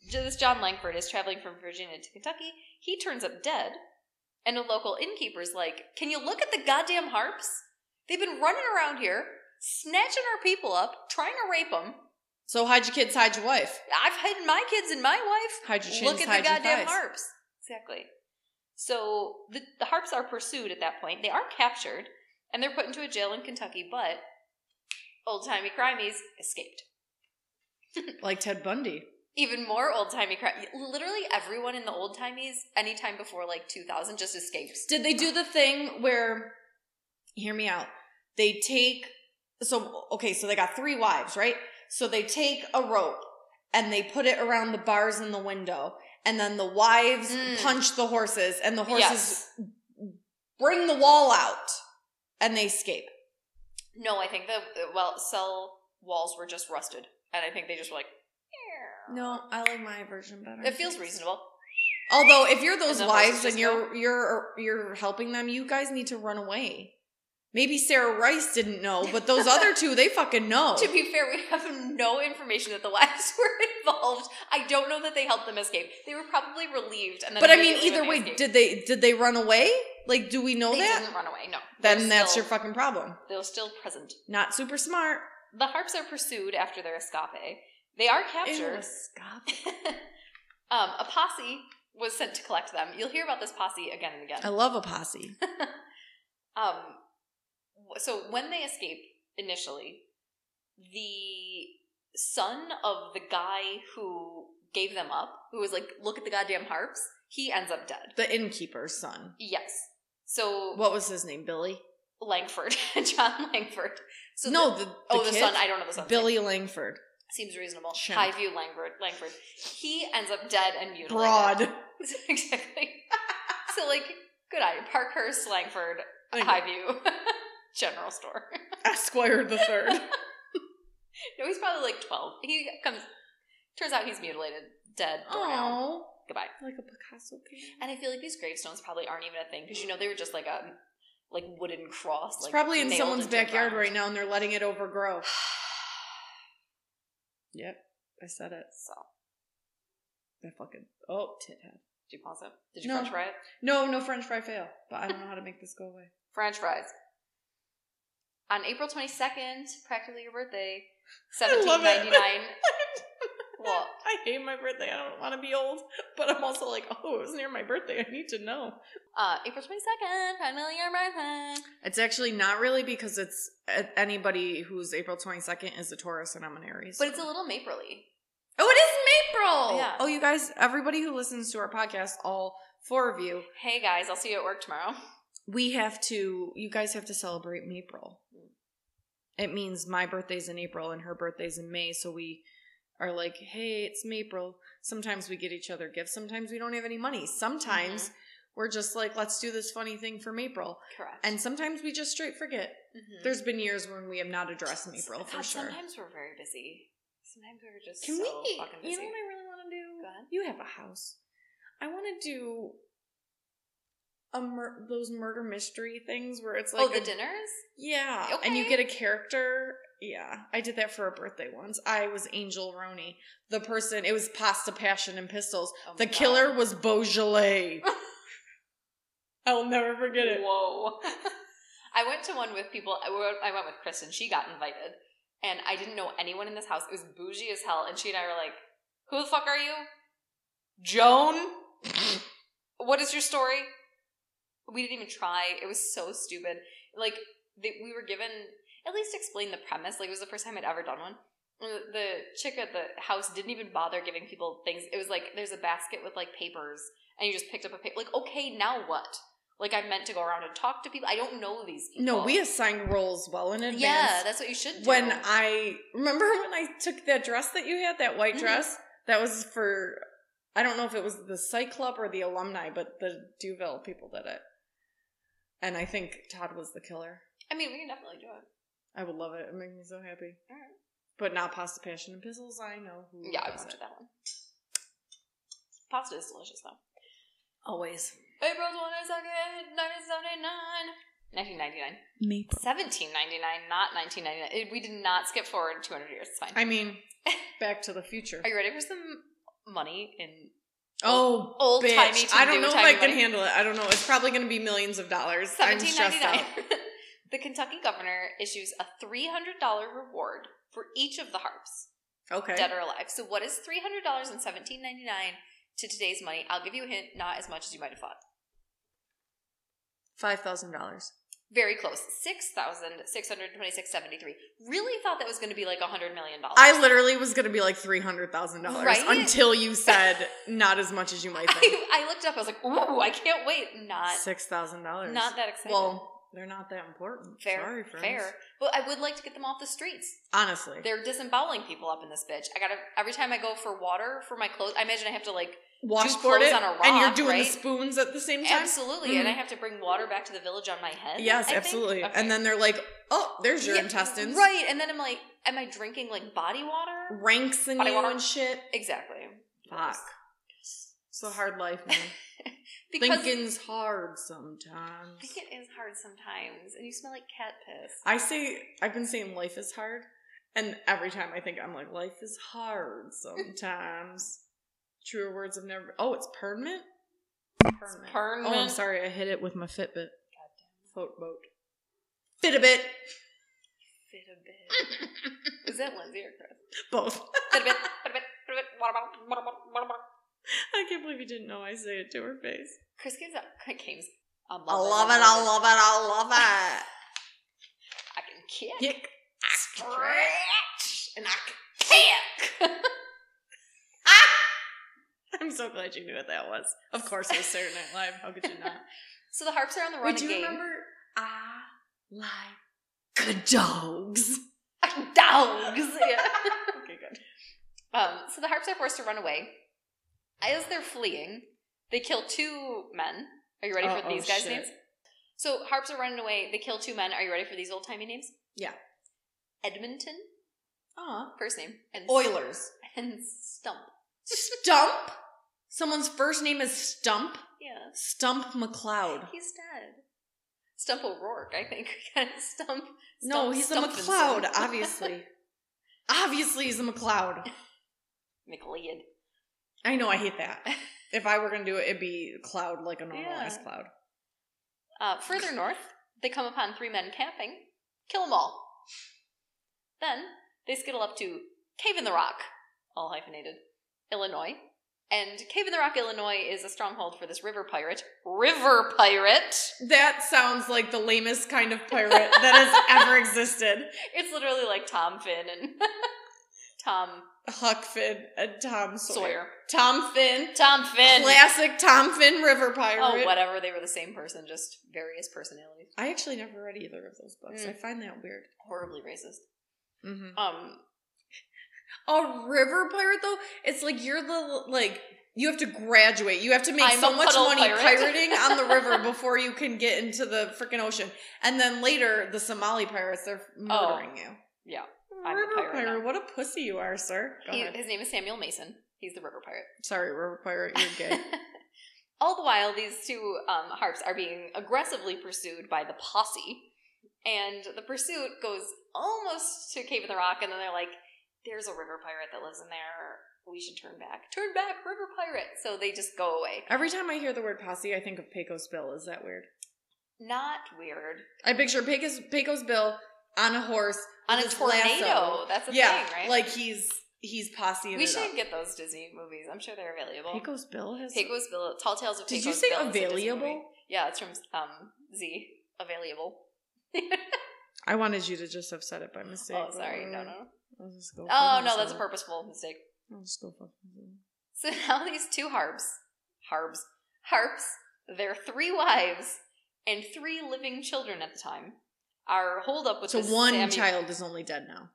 A: j- this John Langford is traveling from Virginia to Kentucky. He turns up dead, and a local innkeeper's like, "Can you look at the goddamn harps? They've been running around here, snatching our people up, trying to rape them.
B: so hide your kids, hide your wife,
A: I've hidden my kids and my wife.
B: hide your shins,
A: look at
B: hide
A: the goddamn
B: your thighs.
A: harps." Exactly. So the, the harps are pursued at that point. They are captured, and they're put into a jail in Kentucky. But old timey crimeys escaped.
B: like Ted Bundy.
A: even more old timey crap. Literally everyone in the old timeys, anytime before like 2000, just escapes.
B: Did they do the thing where? Hear me out. They take so okay. So they got three wives, right? So they take a rope and they put it around the bars in the window, and then the wives
A: Mm.
B: punch the horses, and the horses
A: Yes.
B: bring the wall out, and they escape.
A: No, I think the well cell walls were just rusted, and I think they just were like. "Yeah."
B: No, I like my version better.
A: It feels reasonable.
B: Although, if you're those
A: And the horses
B: wives
A: just
B: and you're you're you're helping them, you guys need to run away. Maybe Sarah Rice didn't know, but those other two, they fucking know.
A: [LAUGHS] To be fair, we have no information that the wives [LAUGHS] were involved. I don't know that they helped them escape. They were probably relieved, and then
B: But I mean,
A: immediately when
B: either
A: they
B: way,
A: escaped,
B: did they did they run away? Like, do we know
A: they
B: that?
A: didn't run away? No.
B: Then
A: They're
B: that's
A: still-
B: your fucking problem.
A: They're still present.
B: Not super smart.
A: The harps are pursued after their escape. They are captured. [LAUGHS] um, a posse was sent to collect them. You'll hear about this posse again and
B: I
A: again.
B: love a
A: [LAUGHS]
B: posse.
A: Um, w- so when they escape initially, the son of the guy who gave them up, who was like, "Look at the goddamn harps," he ends up dead.
B: The innkeeper's son.
A: Yes. So
B: What was his name? Billy.
A: Langford, [LAUGHS] John Langford. So
B: no,
A: the,
B: the, the
A: oh, the
B: kid?
A: son. I don't know the son.
B: Billy Langford.
A: seems reasonable.
B: Chimp.
A: Highview Langford. Langford. He ends up dead and mutilated.
B: Broad.
A: [LAUGHS]
B: [LAUGHS]
A: exactly. so like, good eye. Parkhurst, Langford, Highview, [LAUGHS] General Store.
B: Esquire the
A: [LAUGHS]
B: third. [LAUGHS]
A: No, he's probably like twelve. He comes. Turns out he's mutilated, dead, worn out.
B: Oh,
A: Goodbye.
B: like a Picasso painting.
A: And I feel like these gravestones probably aren't even a thing because you know they were just like a like wooden cross.
B: It's
A: like,
B: probably in
A: nailed
B: someone's
A: into the
B: backyard
A: ground.
B: right now, and they're letting it overgrow. Yep, I said it.
A: [SIGHS] So,
B: I fucking oh tithead.
A: did you pause it? Did you
B: No.
A: French fry it?
B: No, no French fry fail, but I don't know how to make this go away.
A: French fries. On April 22nd, practically your birthday,
B: [LAUGHS] I love it.
A: 1799. well,
B: I hate my birthday. I don't want to be old, but I'm also like, oh, it was near my birthday. I need to know.
A: uh, April 22nd, finally your birthday.
B: It's actually not really because it's uh, anybody who's April 22nd is a Taurus and I'm an Aries.
A: But it's a little mapley.
B: oh, it is April.
A: Yeah.
B: Oh, you guys, everybody who listens to our podcast, all four of you,
A: Hey guys, I'll see you at work tomorrow.
B: we have to. You guys have to celebrate April. It means my birthday's in April and her birthday's in May, so we are like, hey, it's April. Sometimes we get each other gifts. Sometimes we don't have any money. Sometimes
A: Mm-hmm.
B: we're just like, let's do this funny thing from April.
A: Correct.
B: And sometimes we just straight forget.
A: Mhm.
B: There's been years when we have not addressed April for
A: God,
B: sure.
A: Sometimes we're very busy. Sometimes we're just
B: Can
A: so
B: we?
A: fucking busy.
B: You know what I really want to do?
A: Go ahead.
B: You have a house. I want to do a mur- those murder mystery things where it's like
A: oh, the
B: a-
A: dinners?
B: yeah, and you
A: Okay.
B: get a character. Yeah, I did that for a birthday once. I was Angel Roney. The person it was pasta, passion, and pistols.
A: Oh my
B: The
A: God.
B: killer was
A: [LAUGHS]
B: Beaujolais. I'll never forget it.
A: Whoa. [LAUGHS] I went to one with people. I went I went with Kristen. She got invited, and I didn't know anyone in this house. It was bougie as hell, and she and I were like, "Who the fuck are you, Joan? [LAUGHS] what is your story?" We didn't even try. It was so stupid. Like they, we were given at least explain the premise. Like it was the first time I'd ever done one. The- The chick at the house didn't even bother giving people things. It was like there's a basket with like papers, and you just picked up a paper. Like okay, now what? Like I meant to go around and talk to people. I don't know these people.
B: No, we assign roles well in advance.
A: Yeah, that's what you should do.
B: when I remember when I took that dress that you had, that white
A: Mhm.
B: dress, that was for I don't know if it was the Psych Club or the alumni, but the Duville people did it. And I think Todd was the killer.
A: I mean, we can definitely do it.
B: I would love it. It made me so happy.
A: Alright.
B: But
A: But
B: not pasta passion and pistols. I know who.
A: yeah, I
B: does
A: would do
B: it.
A: that one. Pasta is delicious though.
B: Always.
A: April 22nd, 1979. 1999.
B: Maple.
A: 1799, not 1999. It- We did not skip forward 200 years. It's fine.
B: I
A: [LAUGHS]
B: mean, Back to the Future.
A: Are you ready for some money in
B: oh,
A: old
B: bitch.
A: timey?
B: I don't know if I can handle
A: handle.
B: it. I don't know. It's probably going to be millions of dollars. I'm
A: Seventeen ninety
B: stressed out.
A: nine. [LAUGHS] the Kentucky governor issues a three hundred dollar reward for each of the harps,
B: Okay.
A: dead or alive. So, what is three hundred dollars in seventeen ninety nine to today's money? I'll give you a hint: not as much as you might have thought.
B: Five thousand dollars.
A: Very close, six thousand six hundred twenty six seventy three. Really thought that was going to be like a hundred million dollars.
B: I literally was gonna be like three hundred thousand dollars
A: Oh. Right?
B: until you said not as much as you
A: [LAUGHS]
B: might think.
A: [LAUGHS] I, I looked up. I was like, "Ooh, I can't wait!" Not,
B: Six thousand dollars.
A: not that excited.
B: well. They're not that important.
A: fair,
B: Sorry, friends.
A: fair. But I would like to get them off the streets.
B: Honestly,
A: They're disemboweling people up in this bitch. I gotta every time I go for water for my clothes. I imagine I have to like
B: washboard
A: clothes
B: it,
A: on a
B: and you're
A: rock,
B: doing
A: right?
B: the spoons at the same time.
A: absolutely, and I have to bring water back to the village on my head. I
B: Mm-hmm. Yes,
A: think?
B: absolutely.
A: Okay.
B: And then they're like, "Oh, there's your
A: Yeah,
B: intestines,
A: right? And then I'm like, am I drinking like body water?
B: Ranks in
A: Body
B: you
A: water.
B: and shit.
A: Exactly.
B: Fuck. It's a hard life, man.
A: [LAUGHS] Because
B: Thinking's hard sometimes.
A: I think it is hard sometimes, and you smell like cat piss.
B: I say I've been saying life is hard, and every time I think I'm like life is hard sometimes. Truer words have never. Oh, it's permanent. Permanent.
A: Permanent.
B: Oh, I'm sorry. I hit it with my Fitbit. Float boat. Fitbit.
A: Fit a bit. Is that Lindsay or Chris?
B: Both. [LAUGHS]
A: Fit a bit. Fit a bit. Fit a bit. Water bottle. Water bottle. Water bottle.
B: I can't believe you didn't know I say it to her face.
A: Chris gives up. Chris games. I love,
B: love it. I
A: I can kick.
B: [LAUGHS] love it. Yick.
A: Stretch. And I can
B: [LAUGHS]
A: kick.
B: Ah! I'm so glad you knew what that was. [LAUGHS] Of course, it was Saturday Night Live. How could you not?
A: so the harps are on the run
B: Wait, do you
A: again.
B: remember? Ah, like good dogs.
C: Dogs.
A: [LAUGHS]
C: Yeah.
B: [LAUGHS] Okay, good.
A: Um, so the harps are forced to run away. As they're fleeing, they kill two men. Are you ready for
B: Uh-oh,
A: these guys'
B: shit.
A: names? So harps are running away. They kill two men. Are you ready for these old timey names?
B: Yeah.
A: Edmonton,
B: Aw.
A: first name, and
B: Oilers.
A: [LAUGHS] and Stump.
B: Stump? Someone's first name is Stump?
A: Yeah,
B: Stump McLeod.
A: he's dead. Stump O'Rourke, I think. [LAUGHS] Stump.
B: No,
A: Stump-
B: he's a
A: Stumpinson. [LAUGHS]
B: McLeod, obviously. obviously, he's a McLeod.
A: McLeod.
B: [LAUGHS] I know, I hate that. [LAUGHS] If I were going to do it, it'd be cloud like a normalized
A: Yeah.
B: cloud.
A: Uh, further north, they come upon three men camping, kill them all. Then they skittle up to Cave in the Rock, all hyphenated, Illinois. And Cave in the Rock, Illinois is a stronghold for this river pirate. River pirate!
B: That sounds like the lamest kind of pirate that [LAUGHS] has ever existed.
A: It's literally like Tom Finn and [LAUGHS] Tom
B: Huck Finn and uh, Tom Sawyer.
A: Sawyer.
B: Tom Finn.
A: Tom Finn!
B: Classic Tom Finn River Pirate.
A: Oh, whatever. They were the same person, just various personalities.
B: I actually never read either of those books.
A: Mm.
B: I find that weird.
A: Horribly racist.
B: Mm-hmm.
A: Um,
B: A river pirate, though, it's like you're the, like, you have to graduate. You have to make
A: I'm
B: so
A: a
B: much
A: puddle
B: money
A: pirate.
B: pirating on the
A: [LAUGHS]
B: river before you can get into the freaking ocean. And then later, the Somali pirates, they're murdering you.
A: Oh. yeah. I'm a
B: River
A: pirate now.
B: what a pussy you are, sir. Go
A: He,
B: ahead.
A: his name is Samuel Mason. He's the river pirate.
B: Sorry, river pirate, you're gay.
A: [LAUGHS] All the while, these two um, harps are being aggressively pursued by the posse, and the pursuit goes almost to Cave of the Rock, and then they're like, "There's a river pirate that lives in there. We should turn back. Turn back, river pirate!" So they just go away.
B: Every time I hear the word posse, I think of Pecos Bill. Is that weird?
A: Not weird
B: I picture Pecos, Pecos Bill on a horse
A: on a
B: with his lasso.
A: tornado. That's a
B: yeah,
A: thing, right?
B: like he's he's posse.
A: we should get those Disney movies. I'm sure they're available.
B: Pecos
A: Pecos,
B: Bill has.
A: Bill, Tall Tales of
B: did
A: Pecos
B: you say
A: Bill is a Disney
B: available?
A: movie. Yeah, it's from um, Z. Available. Oh,
B: I wanted you to just have said it by mistake.
A: Oh, sorry. No, no.
B: I'll just go
A: Oh, no, that's a purposeful mistake. [LAUGHS]
B: I'll just go fuck myself.
A: So now these two harps, harps, harps, their three wives and three living children at the time are holed up with
B: So
A: this
B: one
A: Samuel-
B: child is only dead now.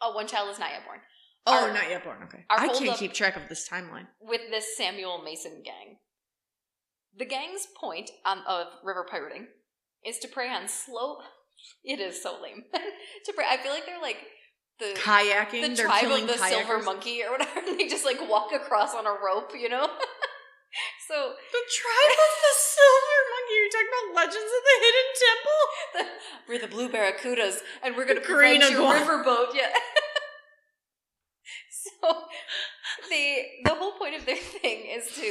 A: Oh, one child is not yet born.
B: Oh,
A: Our-
B: not yet born. Okay,
A: our
B: I can't
A: holdup-
B: keep track of this timeline.
A: With this Samuel Mason gang. The gang's point um, of river pirating is to prey on slow. [LAUGHS] It is so lame. [LAUGHS] to prey, I feel like they're like the
B: Kayaking,
A: the
B: they're
A: tribe
B: killing
A: of the silver
B: kayakers.
A: monkey or whatever. [LAUGHS] And they just like walk across on a rope, you know. [LAUGHS] so
B: The tribe of the [LAUGHS] silver monkey. You're talking about legends of the hidden temple.
A: We're the blue barracudas, and we're going to
B: Green
A: prevent your
B: iguana.
A: riverboat. Yeah. [LAUGHS] so the the whole point of their [LAUGHS] thing is to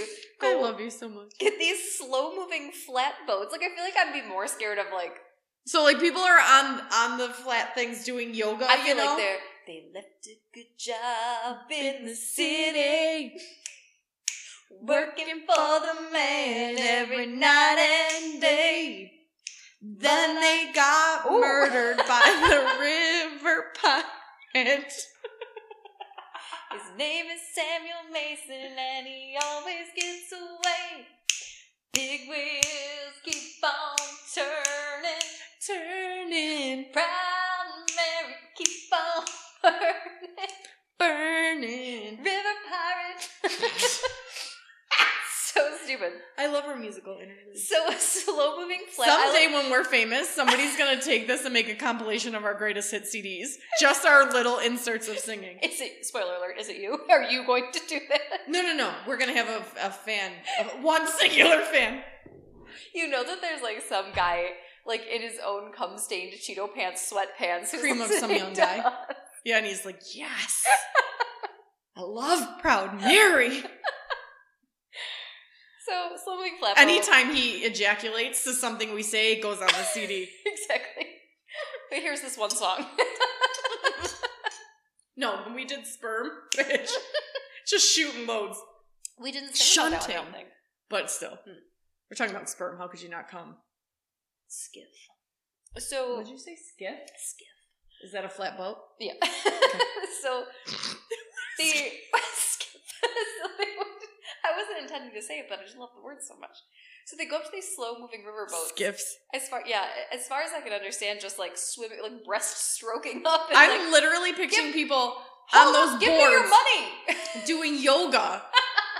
B: I
A: go
B: love you so much.
A: get these slow moving flat boats. Like I feel like I'd be more scared of like
B: So like people are on on the flat things doing yoga.
A: I feel
B: you know?
A: like they're they left a good job in the city,
B: city,
A: working for the man every night and day.
B: Then they got
A: Ooh.
B: murdered
A: [LAUGHS]
B: by the river pirate.
A: His name is Samuel Mason and he always gets away. Big wheels keep on turning.
B: Turning,
A: Proud Mary keep on [LAUGHS] burning.
B: burning.
A: River pirate. [LAUGHS] so stupid.
B: I love her musical interludes.
A: So [LAUGHS] slow moving flat. I
B: Someday when we're famous, somebody's gonna take this and make a compilation of our greatest hit CDs. Just our little inserts of singing.
A: like- is it spoiler alert? Is it you? [LAUGHS] Are you going to do that?
B: No, no, no. We're gonna have a, a fan, a- one singular fan.
A: You know that there's like some guy like in his own cum stained Cheeto pants sweatpants who's
B: Cream of some
A: listening
B: young
A: to
B: guy.
A: us.
B: Yeah, and he's like, yes, I love Proud Mary.
A: [LAUGHS] So slow moving flat. boat.
B: Anytime he ejaculates to something we say, it goes on the CD.
A: [LAUGHS] exactly. But here's this one song. [LAUGHS]
B: No, when we did sperm, [LAUGHS] bitch, just shooting loads.
A: We didn't sing about that one, I
B: Shunting.
A: don't think.
B: But still,
A: Hmm.
B: we're talking about sperm. How could you not come?
A: Skiff. So Oh.
B: Would you say skiff?
A: skiff.
B: Is that a flat boat?
A: Yeah. [LAUGHS]
B: [LAUGHS]
A: so the skiff. so they would, [LAUGHS] I was wasn't intending to say it, but I just love the word so much. So they go up to these slow moving riverboats.
B: Skiffs.
A: As far yeah, as far as I can understand, just like swimming, like breast stroking [LAUGHS] up. And,
B: I'm
A: like,
B: literally picturing people on
A: "Hold up,
B: those
A: give me your
B: boards [LAUGHS]
A: money.
B: doing yoga,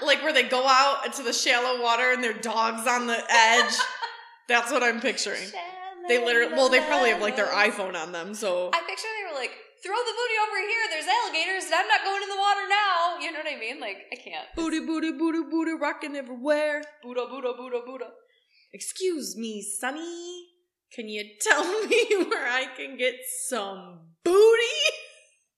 B: like where they go out into the shallow water and their dogs on the edge. That's what I'm picturing. They literally, well, they probably have like their iPhone on them, so
A: I picture they were like, throw the booty over here. There's alligators, and I'm not going in the water now. You know what I mean? Like I can't.
B: booty, booty, booty, booty, rocking everywhere.
A: Buddha, Buddha, Buddha, Buddha.
B: Excuse me, Sonny. Can you tell [LAUGHS] me where I can get some booty?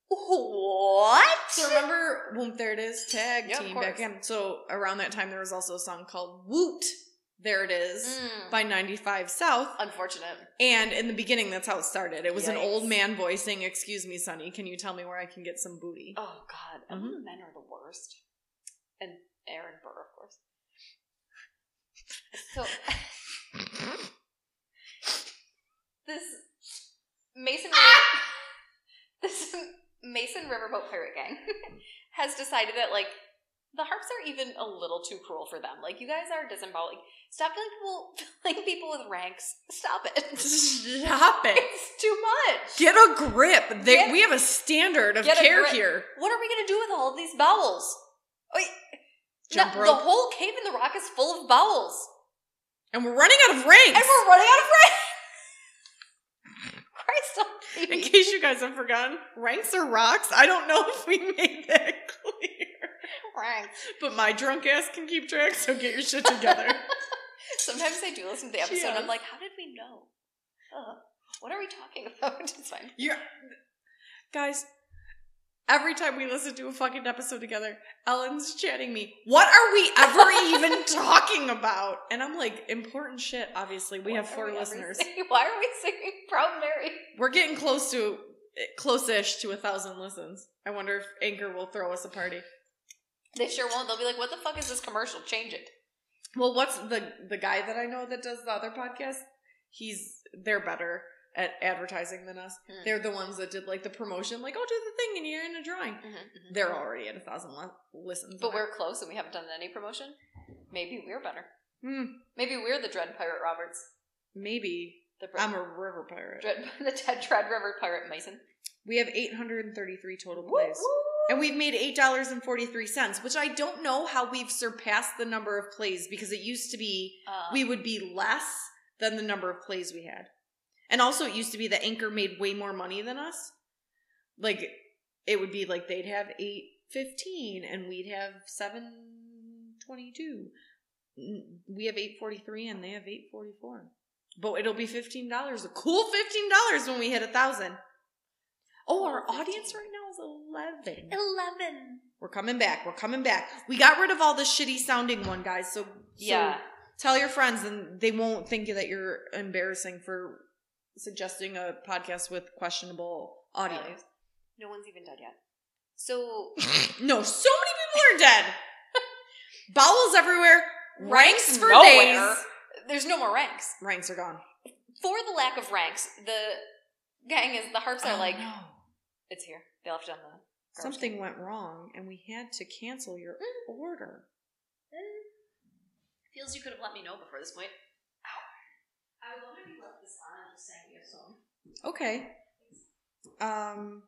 A: What?
B: So remember, whoop, there it is, tag
A: Yeah, of
B: team back
A: course.
B: in. So around that time, there was also a song called Woot, There It Is,
A: Mm.
B: by 95 South.
A: Unfortunate.
B: And in the beginning, that's how it started. It was an
A: Yikes.
B: old man voicing, Excuse me, Sonny, can you tell me where I can get some booty?
A: Oh God, I
B: Mm-hmm.
A: mean, men are the worst. And Aaron Burr, of course. So
B: [LAUGHS]
A: this Mason
B: Ah!
A: [LAUGHS] this Mason Riverboat Pirate Gang [LAUGHS] has decided that like the harps are even a little too cruel for them. Like you guys are disemboweling. Stop filling people [LAUGHS] filling people with ranks. Stop
B: [LAUGHS]
A: it. [LAUGHS]
B: Stop it.
A: It's too much.
B: Get a grip. They,
A: Get-
B: we have a standard of
A: Get a
B: care
A: grip.
B: here.
A: what are we gonna do with all of these bowels? Wait,
B: Jump
A: no, the
B: rope.
A: whole cave in the rock is full of bowels,
B: and we're running out of ranks.
A: and we're running out of rank. [LAUGHS] Christ
B: [LAUGHS] In
A: almighty.
B: case you guys have forgotten, ranks are rocks. I don't know if we [LAUGHS] made that clear.
A: Ranks.
B: But my drunk ass can keep track, so get your shit
A: [LAUGHS]
B: together.
A: Sometimes I do listen to the episode. and
B: Yes.
A: I'm like, how did we know? Ugh. what are we talking [LAUGHS] about? It's fine.
B: You're, guys, every time we listen to a fucking episode together, Ellen's chatting me, What are we ever even
A: [LAUGHS]
B: talking about? And I'm like, Important shit, obviously. We
A: Why
B: have
A: are
B: four
A: ever
B: listeners.
A: singing- [LAUGHS] why are we singing Proud Mary?
B: We're getting close to, close ish to a thousand listens. I wonder if Anchor will throw us a party.
A: They sure won't. They'll be like, what the fuck is this commercial? Change it.
B: Well, what's the the guy that I know that does the other podcast? He's they're better at advertising than us.
A: Hmm.
B: They're the ones that did like the promotion, like oh do the thing and you're in a drawing. They're already at a thousand li- listens,
A: Mm-hmm, But we're close and we haven't done any promotion. Maybe we're better.
B: Hmm,
A: Maybe we're the Dread Pirate Roberts.
B: maybe
A: The
B: I'm a river pirate.
A: Dread, [LAUGHS] the Ted Dread River Pirate Mason.
B: We have 833 total
A: Woo,
B: plays.
A: woo.
B: And we've made eight dollars and forty three cents, which I don't know how we've surpassed the number of plays because it used to be
A: Uh,
B: we would be less than the number of plays we had. And also, it used to be that Anchor made way more money than us. Like, it would be like they'd have eight fifteen, and we'd have seven twenty two. We have eight forty three, and they have eight forty four. But it'll be fifteen dollars, a cool fifteen dollars when we hit a thousand. Oh, our audience right now is eleven.
A: eleven.
B: We're coming back. We're coming back. We got rid of all the shitty sounding one, guys. So, so
A: Yeah.
B: tell your friends and they won't think that you're embarrassing for suggesting a podcast with questionable audio.
A: Values. No one's even dead yet. So [LAUGHS]
B: No, so many people are dead. [LAUGHS] Bowels everywhere. Ranks for
A: nowhere.
B: days.
A: There's no more ranks.
B: Ranks are gone.
A: For the lack of ranks, the gang is the harps are
B: Oh,
A: like
B: no.
A: it's here. They left it on the garbage
B: something
A: can.
B: went wrong and we had to cancel your order.
A: Feels you could have let me know before this point. I would love if you left this on and just sang me
B: Okay.
A: a song.
B: Um.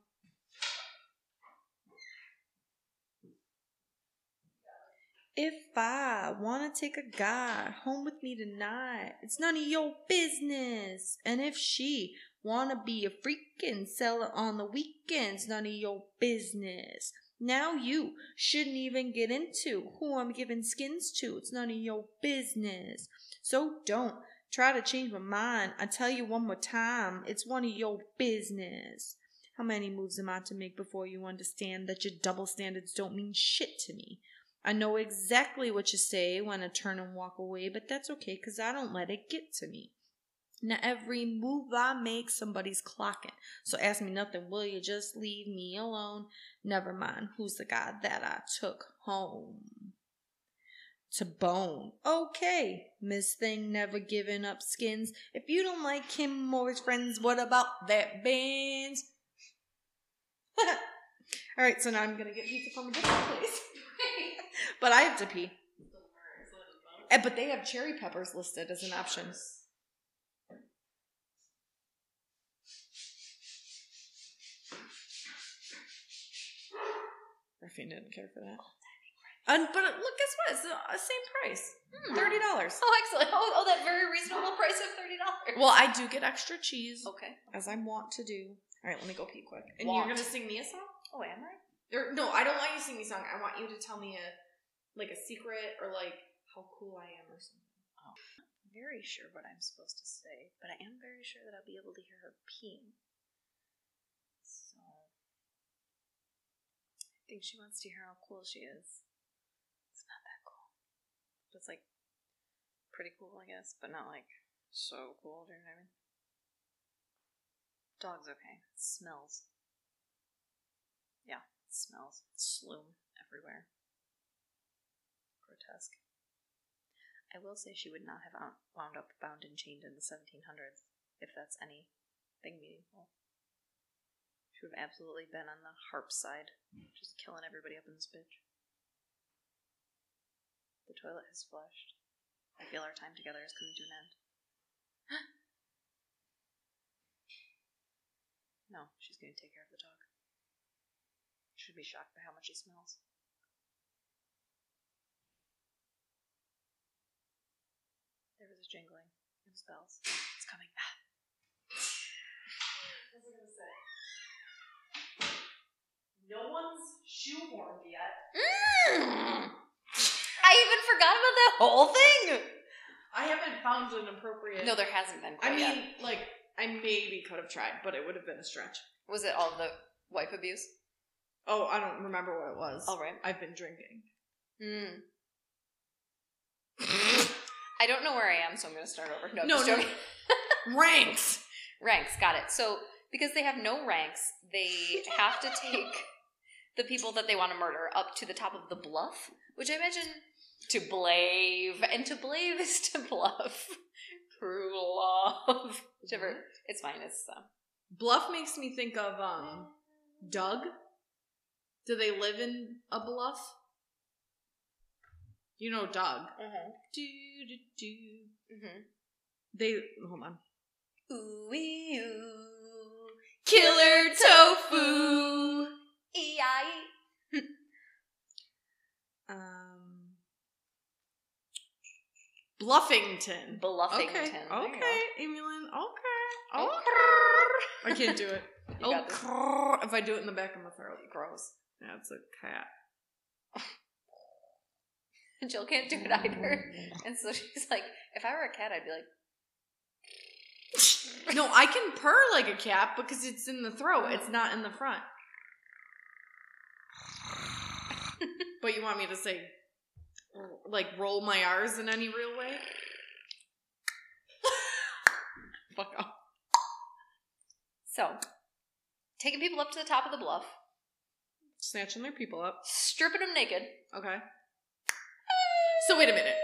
B: If I wanna take a guy home with me tonight, it's none of your business. And if she wanna be a freaking seller on the weekends, none of your business. Now you shouldn't even get into who I'm giving skins to. It's none of your business. So don't try to change my mind. I tell you one more time, it's one of your business. How many moves am I to make before you understand that your double standards don't mean shit to me? I know exactly what you say when I turn and walk away, but that's okay because I don't let it get to me. Now, every move I make, somebody's clocking. So ask me nothing, will you? Just leave me alone. Never mind, who's the guy that I took home? to bone. Okay, Miss Thing never giving up skins. If you don't like Kim Moore's friends, what about that [LAUGHS] band? All right, so now I'm gonna get pizza from a different place, but I have to pee. Eh, But they have cherry peppers listed as an option. Riffing didn't care for that. And but it- look, guess what? It's the uh, same price,
A: Hmm.
B: thirty dollars.
A: [LAUGHS] Oh, excellent. Oh, oh, that very reasonable price of thirty dollars.
B: Well, I do get extra cheese,
A: okay.
B: as I want to do. All right, let me go pee quick. And
A: Want.
B: you're gonna sing me a song?
A: Oh, am I?
B: Or no, I don't want you to sing me a song. I want you to tell me a like a secret or like how cool I am or something.
D: Oh. very sure what I'm supposed to say, but I am very sure that I'll be able to hear her peeing. So I think she wants to hear how cool she is. It's not that cool. But it's like pretty cool, I guess, but not like so cool, do you know what I mean? Dog's okay. It smells. Yeah, it smells. Sloom everywhere. Grotesque. I will say she would not have out- wound up bound and chained in the 1700s, if that's anything meaningful. She would have absolutely been on the harp side, just killing everybody up in this bitch. The toilet has flushed. I feel our time together is coming to an end. [GASPS] no, she's going to take care of the dog. She'd be shocked by how much he smells. There was a jingling. It was bells. It's coming. Ah.
B: What was I gonna say? No one's shoehorned yet.
A: I even forgot about that whole thing.
B: I haven't found an appropriate.
A: No, there hasn't been.
B: I
A: Quite
B: mean,
A: yet.
B: like I maybe could have tried, but it would have been a stretch.
A: was it all the wife abuse?
B: Oh, I don't remember what it was.
A: All right.
B: I've been drinking. [LAUGHS]
A: Hmm. I don't know where I am, so I'm going to start over. No, I'm
B: No,
A: just
B: no.
A: joking.
B: Ranks.
A: ranks. Got it. So because they have no ranks, they have to take the people that they want to murder up to the top of the bluff, which I imagine to blave, and to blave is to bluff. [LAUGHS] True love. Whichever.
B: Mm-hmm.
A: It's fine. It's um,
B: Bluff makes me think of um Doug. Do they live in a bluff? You know Doug.
A: Mm-hmm.
B: Do, do, do. Mm-hmm.
A: mhm.
B: They hold on.
A: Ooh, ee, ooh,
B: Killer tofu.
A: ee, aye.
B: Um Bluffington.
A: Bluffington.
B: Okay.
A: There you
B: Okay, Amy Lynn. Okay. Okay. I can't do it.
A: go. [LAUGHS] You
B: Oh,
A: got this.
B: crrr, if I do it in the back of my throat, gross. That's a cat. [LAUGHS]
A: Jill can't do it either. And so she's like, if I were a cat, I'd be like,
B: No, I can purr like a cat because it's in the throat. It's not in the front. [LAUGHS] but you want me to say, like, roll my R's in any real way? [LAUGHS] Fuck off.
A: So, taking people up to the top of the bluff,
B: Snatching their people up.
A: stripping them naked.
B: Okay. So, wait a minute.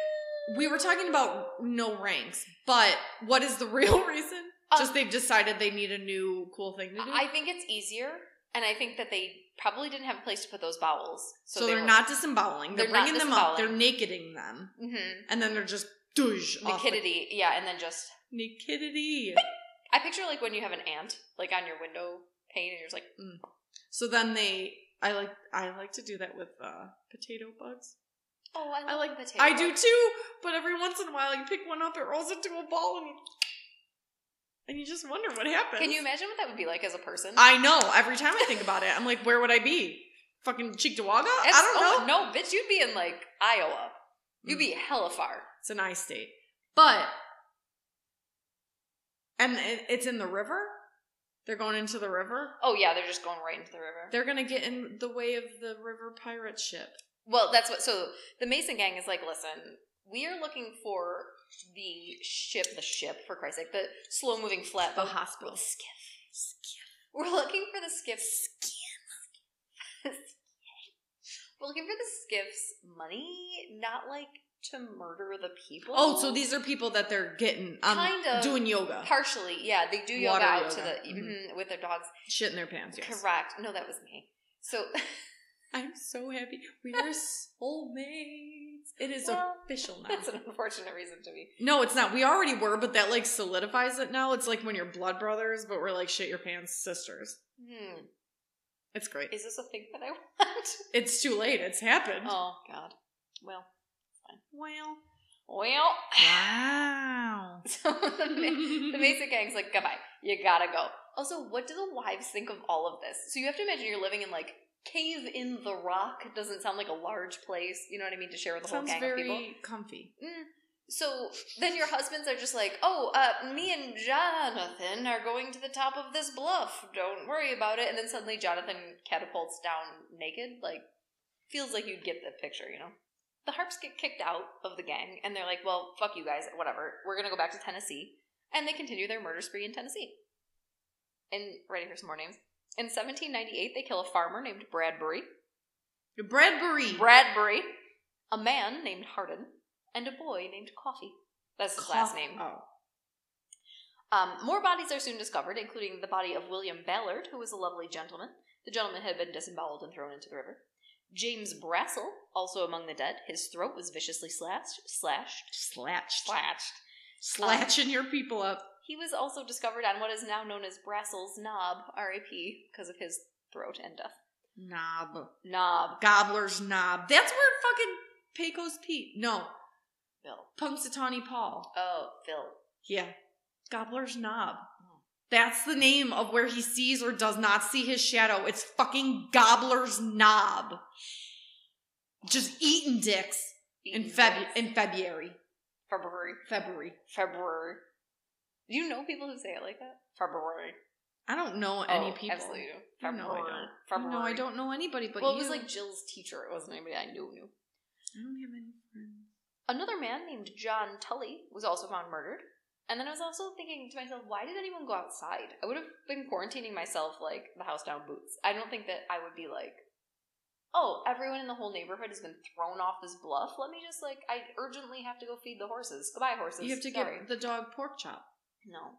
B: We were talking about no ranks, but what is the [LAUGHS] real reason?
A: Um,
B: Just they've decided they need a new cool thing to do?
A: I I think it's easier, and I think that they probably didn't have a place to put those bowels,
B: so,
A: so, they
B: they're
A: were-
B: not disemboweling. They're,
A: They're not
B: bringing them up. They're
A: disemboweling.
B: nakeding them.
A: Mhm.
B: and then they're just douche off the-
A: Nakedity, yeah, and then just
B: nakedity.
A: I picture like when you have an ant like on your window pane, and you're just like,
B: So then they, I like, I like to do that with uh, potato bugs.
A: oh, I,
B: I
A: love
B: like-
A: potato.
B: I do too, but every once in a while, you pick one up, it rolls into a ball, and you, and you just wonder what happens.
A: Can you imagine what that would be like as a person?
B: I know. Every time I think about it, I'm like, where would I be? Fucking Cheektowaga?
A: It's-
B: I don't know.
A: oh,
B: Mm.
A: No, bitch, you'd be in like Iowa. You'd be hella far.
B: It's an eye state, but and it- it's in the river. They're going into the river.
A: Oh yeah, they're just going right into the river.
B: They're gonna get in the way of the river pirate ship.
A: Well, that's what. So the Mason gang is like, listen, we are looking for the ship, the ship for Christ's sake, the slow moving flatboat,
B: hospital.
A: the skiff. We're looking for the skiff. Skiff. [LAUGHS] We're looking for the skiff's money, not like to murder the people.
B: Oh, so these are people that they're getting um
A: Kind of.
B: doing yoga,
A: partially, yeah, they do yoga
B: Water
A: out to
B: yoga.
A: the
B: Mhm.
A: mhm, with their dogs.
B: shit in their pants. Yes,
A: Correct. No, that was me. So [LAUGHS]
B: I'm so happy. We are [LAUGHS] soulmates.
C: means.
B: It is
A: Well,
B: official now.
A: That's an unfortunate reason to be.
B: No, it's not. We already were, but that like solidifies it now. It's like when you're blood brothers, but we're like shit your pants sisters.
A: Hmm.
B: It's great.
A: Is this a thing that I [LAUGHS] want?
B: It's too late. It's happened.
A: oh God. Well.
B: Well.
A: Well. [LAUGHS]
B: Wow.
A: So the, Ma-
B: [LAUGHS]
A: the Mesa gang's like, goodbye. You gotta go. Also, what do the wives think of all of this? So you have to imagine you're living in like cave in the rock. Doesn't sound like a large place. You know what I mean to share with a whole
B: Sounds
A: gang of people.
B: very comfy.
A: Mm. So then your husbands are just like, oh, uh, me and Jonathan are going to the top of this bluff. Don't worry about it. And then suddenly Jonathan catapults down naked. Like, feels like you'd get the picture, you know? The harps get kicked out of the gang, and they're like, well, fuck you guys, whatever. We're going to go back to Tennessee. And they continue their murder spree in Tennessee. And ready for some more names. In 1798, they kill a farmer named Bradbury.
B: Bradbury.
A: Bradbury, a man named Hardin, and a boy named Coffee. That's his last name.
B: Oh.
A: Um, more bodies are soon discovered, including the body of William Ballard, who was a lovely gentleman. The gentleman had been disemboweled and thrown into the river. James Brassel, also among the dead, his throat was viciously slashed, slashed,
B: Slatched.
A: slashed.
B: Slatching your people up.
A: He was also discovered on what is now known as Brassel's Knob, R.A.P., because of his throat and death.
B: Knob.
A: Knob,
B: Gobbler's knob. That's where fucking Pecos Pete. No.
A: Phil.
B: Punxsutawney Paul.
A: Oh, Phil.
B: Yeah. Gobbler's Knob. That's the name of where he sees or does not see his shadow. It's fucking Gobbler's Knob. Just eating dicks in Feb in February.
A: February.
B: February.
A: February. Do you know people who say it like that? February.
B: I don't know any
A: Oh,
B: people.
A: Absolutely. do.
B: No, I don't. No, I don't know anybody but
A: well, it
B: you.
A: was like Jill's teacher. It wasn't anybody I knew knew.
B: I don't have any friends.
A: Another man named John Tully was also found murdered. And then I was also thinking to myself, why did anyone go outside? I would have been quarantining myself like the house down boots. I don't think that I would be like, oh, everyone in the whole neighborhood has been thrown off this bluff. Let me just like, I urgently have to go feed the horses. Goodbye, horses.
B: You have to
A: Sorry.
B: give the dog pork chop.
A: No,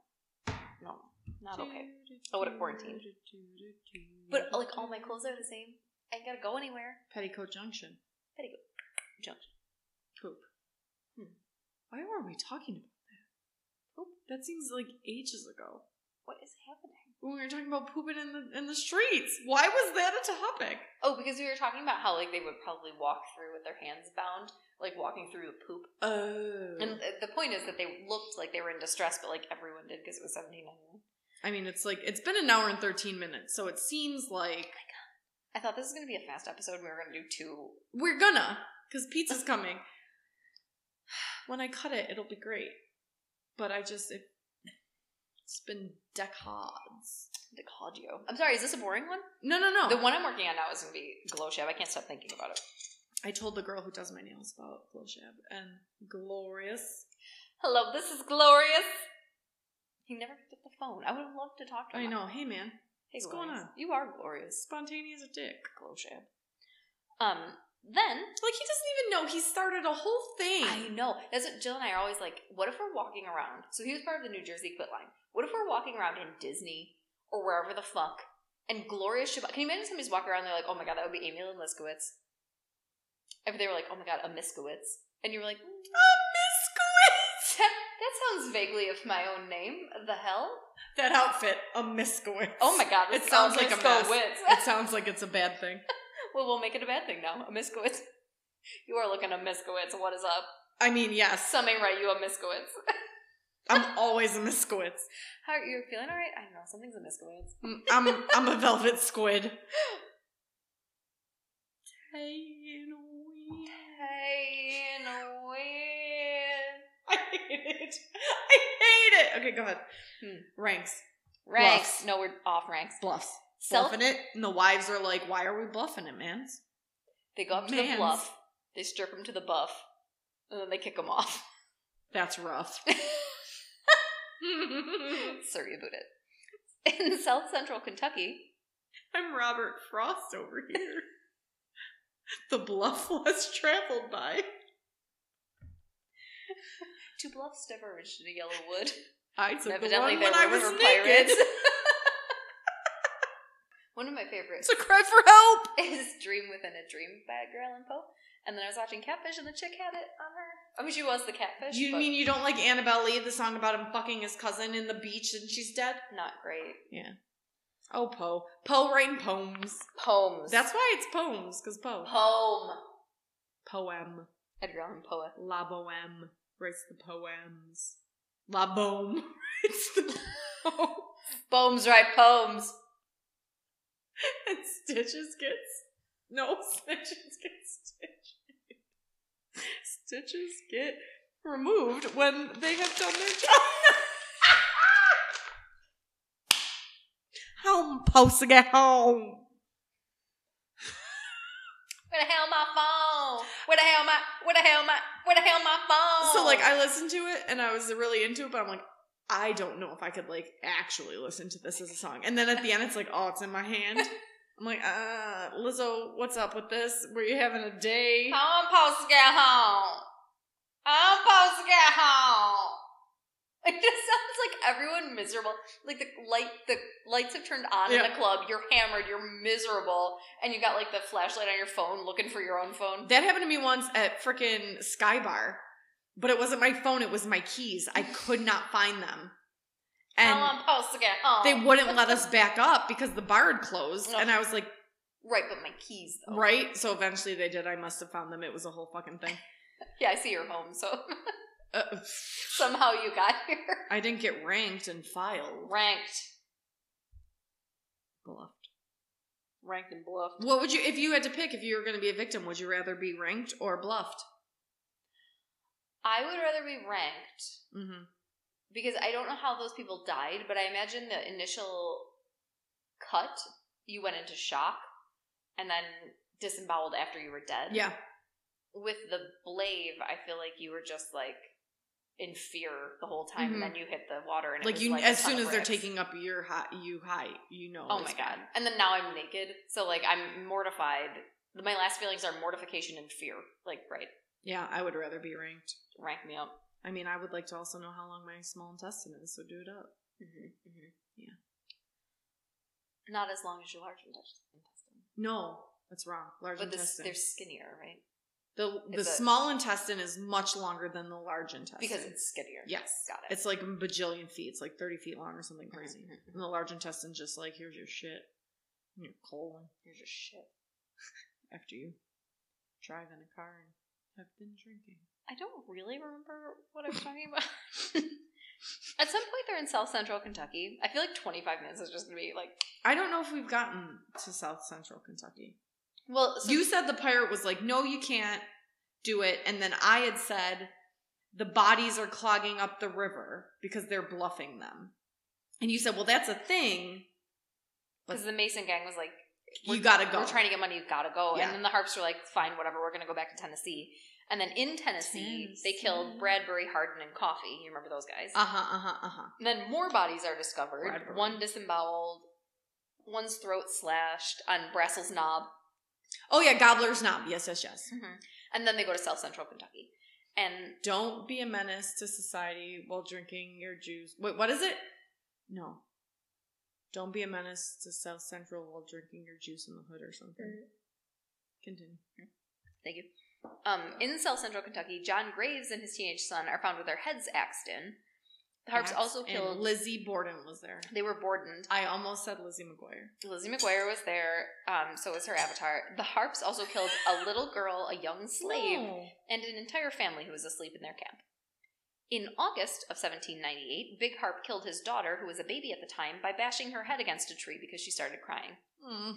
A: no, not okay. I would have quarantined. But like all my clothes are the same. I ain't gotta go anywhere.
B: Petticoat Junction.
A: Junction.
B: Poop.
A: Hmm.
B: Why were we talking about that?
A: Poop?
B: That seems like ages ago.
A: What is happening?
B: When we were talking about pooping in the in the streets. Why was that a topic?
A: Oh, because we were talking about how like they would probably walk through with their hands bound, like walking through the poop.
B: Oh.
A: And th- the point is that they looked like they were in distress, but like everyone did because it was 1791.
B: I mean, it's like it's been an hour and thirteen minutes, so it seems like
A: I thought this was gonna be a fast episode. and We were gonna do two.
B: we're gonna because pizza's coming. [SIGHS] When I cut it, it'll be great. But I just it, it's been decades.
A: Decadio. I'm sorry. Is this a boring one?
B: No, no, no.
A: The one I'm working on now is gonna be glow shab. I can't stop thinking about it.
B: I told the girl who does my nails about glow shab and glorious.
A: Hello, this is glorious. He never picked up the phone. I would have loved to talk to him.
B: I know. Hey, man,
A: Hey,
B: What's going
A: Glorious.
B: on?
A: You are glorious.
B: spontaneous dick.
A: Glow shab. Um. Then
B: Like he doesn't even know he started a whole thing.
A: I know. That's what Jill and I are always like, what if we're walking around? So he was part of the New Jersey Quit Line. What if we're walking around in Disney or wherever the fuck? And Gloria Shabbat. Can you imagine somebody's walking around and they're like, oh my god, that would be Amy Lynn Liskowitz? If they were like, oh my god, a Miskowitz. And you were like, "Mm, Miskowitz! [LAUGHS] that sounds vaguely of my own name. The hell?
B: that outfit, a misquit.
A: Oh my god,
B: It
A: this is
B: sounds like a mess.
A: Miskowitz.
B: [LAUGHS] It sounds like it's a bad thing.
A: [LAUGHS] well, we'll make it a bad thing now. A Miskowitz. [LAUGHS] You are looking a Miskowitz. What is up?
B: I mean, yes,
A: Some ain't right, you a Miskowitz.
B: I'm always a misquit.
A: How are you feeling all right? I don't know. Something's a miscoance.
B: Mm, I'm I'm a velvet squid. Taken away.
A: Pain away.
B: [LAUGHS] I hate it. I hate it. Okay, go ahead.
A: Hmm.
B: Ranks.
A: Ranks.
B: Bluffs.
A: No, we're off ranks.
B: Bluffs.
A: Self.
B: Bluffing it, and the wives are like, "Why are we bluffing it, man?"
A: They go up to the
B: Mans.
A: bluff. They strip him to the buff, and then they kick him off.
B: [LAUGHS] That's rough.
A: Sir, you boot it. In South Central Kentucky,
B: [LAUGHS] I'm Robert Frost over here. the bluff [LAUGHS] less traveled by.
A: two bluffs diverged in a yellow wood.
B: I took [LAUGHS] the
A: Evidently,
B: one
A: they
B: when I
A: were
B: was
A: river
B: naked.
A: pirates. [LAUGHS] One of my favorites
B: [LAUGHS] It's a cry for help.
A: [LAUGHS] is "Dream Within a Dream" by Edgar Allan Poe. And then I was watching Catfish, and the chick had it on her. I mean, she was the catfish.
B: You
A: but
B: mean you don't like Annabelle Lee, the song about him fucking his cousin in the beach and she's dead?
A: not great
B: Oh, Poe. Poe writing poems.
A: poems?
B: That's why it's poems, because Poe.
A: poem.
B: Poem.
A: Edgar Allan Poe.
B: La Boheme writes the poems. La Boheme [LAUGHS] writes the [LAUGHS] poems.
A: Poems write poems.
B: [LAUGHS] and Stitches gets. No, [LAUGHS] Stitches gets Stitches. Stitches get removed when they have done their job. Home, supposed to get home.
A: Where the hell my phone? Where the hell my? Where the hell my? Where the hell my phone?
B: So like I listened to it and I was really into it, but I'm like, I don't know if I could like actually listen to this as a song. And then at the end, it's like, oh, it's in my [LAUGHS] hand. I'm like, uh, Lizzo, what's up with this? Were you having a day?
A: I'm supposed to get home. I'm supposed to get home. [LAUGHS] It just sounds like everyone miserable. Like the light, the lights have turned on in
B: Yeah.
A: the club. You're hammered. You're miserable, and you got like the flashlight on your phone, looking for your own phone.
B: That happened to me once at frickin' Sky Bar, but it wasn't my phone; it was my keys. I could not find them, and
A: I'm supposed to get home.
B: they wouldn't let us back up because the bar had closed. And I was like,
A: [LAUGHS] Right, but my keys though.
B: right. So eventually, they did. I must have found them. It was a whole fucking
A: [LAUGHS]
B: thing.
A: Yeah, I see your home. So [LAUGHS]
B: Uh,
A: somehow you got here. [LAUGHS]
B: I didn't get ranked and filed.
A: Ranked.
B: Bluffed.
A: Ranked and bluffed.
B: What would you, if you had to pick, if you were going to be a victim, would you rather be ranked or bluffed?
A: I would rather be ranked
B: Mm-hmm.
A: because I don't know how those people died, but I imagine the initial cut, you went into shock and then disemboweled after you were dead.
B: Yeah.
A: With the blave, I feel like you were just like in fear the whole time, and
B: Mhm.
A: then you hit the water and it
B: Like
A: was
B: you,
A: like a
B: as
A: ton
B: soon
A: of
B: as they're
A: bricks.
B: taking up your high, you high, you know.
A: Oh my
B: it's
A: god! And then now I'm naked, so like I'm mortified. My last feelings are mortification and fear. Like, right,
B: Yeah, I would rather be ranked.
A: rank me up.
B: I mean, I would like to also know how long my small intestine is, so do it up.
A: Mm-hmm, mm-hmm.
B: Yeah.
A: Not as long as your large intestine.
B: No, that's wrong. Large
A: But this,
B: intestine.
A: they're skinnier, right?
B: the the
A: it's a-
B: small intestine is much longer than the large intestine
A: Because it's skinnier.
B: yes,
A: Got it.
B: it's like a bajillion feet. It's like thirty feet long or something crazy.
A: Mhm, mhm.
B: And the large intestine's just like here's your shit, and your colon
A: You're just shit.
B: [LAUGHS] after you drive in a car and have been drinking.
A: I don't really remember what I was talking about. [LAUGHS] At some point, they're in South Central Kentucky. I feel like 25 minutes is just gonna be like,
B: I don't know if we've gotten to South Central Kentucky.
A: well, so,
B: you said the pirate was like, no, you can't do it. And then I had said, the bodies are clogging up the river because they're bluffing them. And you said, well, that's a thing.
A: because the Mason gang was like,
B: You gotta go.
A: we're trying to get money, you gotta go.
B: Yeah.
A: And then the Harps were like, fine, whatever, we're gonna go back to Tennessee. And then in Tennessee, they killed
B: Tennessee.
A: Bradbury, Hardin, and Coffee. You remember those guys?
B: Uh huh, uh huh, uh huh.
A: And then more bodies are discovered.
B: Bradbury.
A: One disemboweled, one's throat slashed on Brassel's knob.
B: Oh, yeah, Gobbler's Knob. Yes, yes, yes.
A: And then they go to South Central Kentucky. And
B: Don't be a menace to society while drinking your juice. Wait, what is it? No. Don't be a menace to South Central while drinking your juice in the hood or something. Continue.
A: thank you. Um, in South Central Kentucky, John Graves and his teenage son are found with their heads axed in. The Harps
B: Axe
A: also
B: and
A: killed.
B: Lizzie Borden was there.
A: they were bordened.
B: I almost said Lizzie McGuire.
A: Lizzie McGuire was there. Um, so was her avatar. The Harps also killed a little girl, a young slave,
B: No.
A: and an entire family who was asleep in their camp. In August of 1798, Big Harp killed his daughter, who was a baby at the time, by bashing her head against a tree because she started crying.
B: Mm.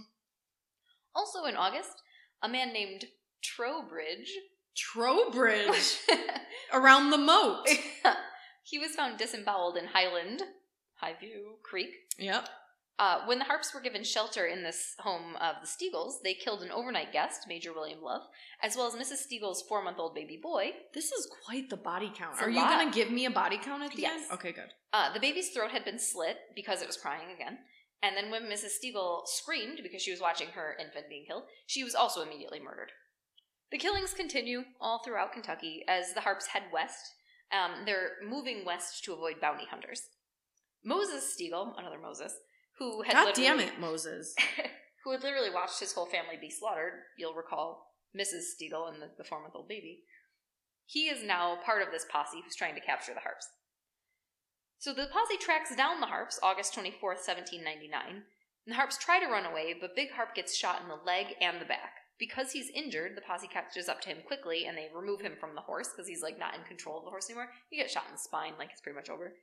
A: Also in August, a man named Trowbridge. [LAUGHS]
B: Trowbridge around the
A: [LAUGHS]
B: moat.
A: he was found disemboweled in Highland, Highview Creek.
B: Yep.
A: Uh, when the Harps were given shelter in this home of the Steagles, they killed an overnight guest, Major William Love, as well as Mrs. Steagle's four month old baby boy.
B: This is quite the body count.
A: It's a
B: Are you
A: lot.
B: going to give me a body count at the
A: Yes.
B: end? Okay, good.
A: Uh, the baby's throat had been slit because it was crying again. And then when Mrs. Steagle screamed because she was watching her infant being killed, she was also immediately murdered. The killings continue all throughout Kentucky as the Harps head west. Um, they're moving west to avoid bounty hunters. Moses Steagle, another Moses, who had
B: God damn
A: literally-
B: it, Moses.
A: [LAUGHS] who had literally watched his whole family be slaughtered. You'll recall Mrs. Steedle and the, the four month old baby, he is now part of this posse who's trying to capture the harps. So the posse tracks down the harps August 24th, 1799. And the harps try to run away, but Big Harp gets shot in the leg and the back. Because he's injured, the posse catches up to him quickly and they remove him from the horse because he's like not in control of the horse anymore. He gets shot in the spine, like it's pretty much over.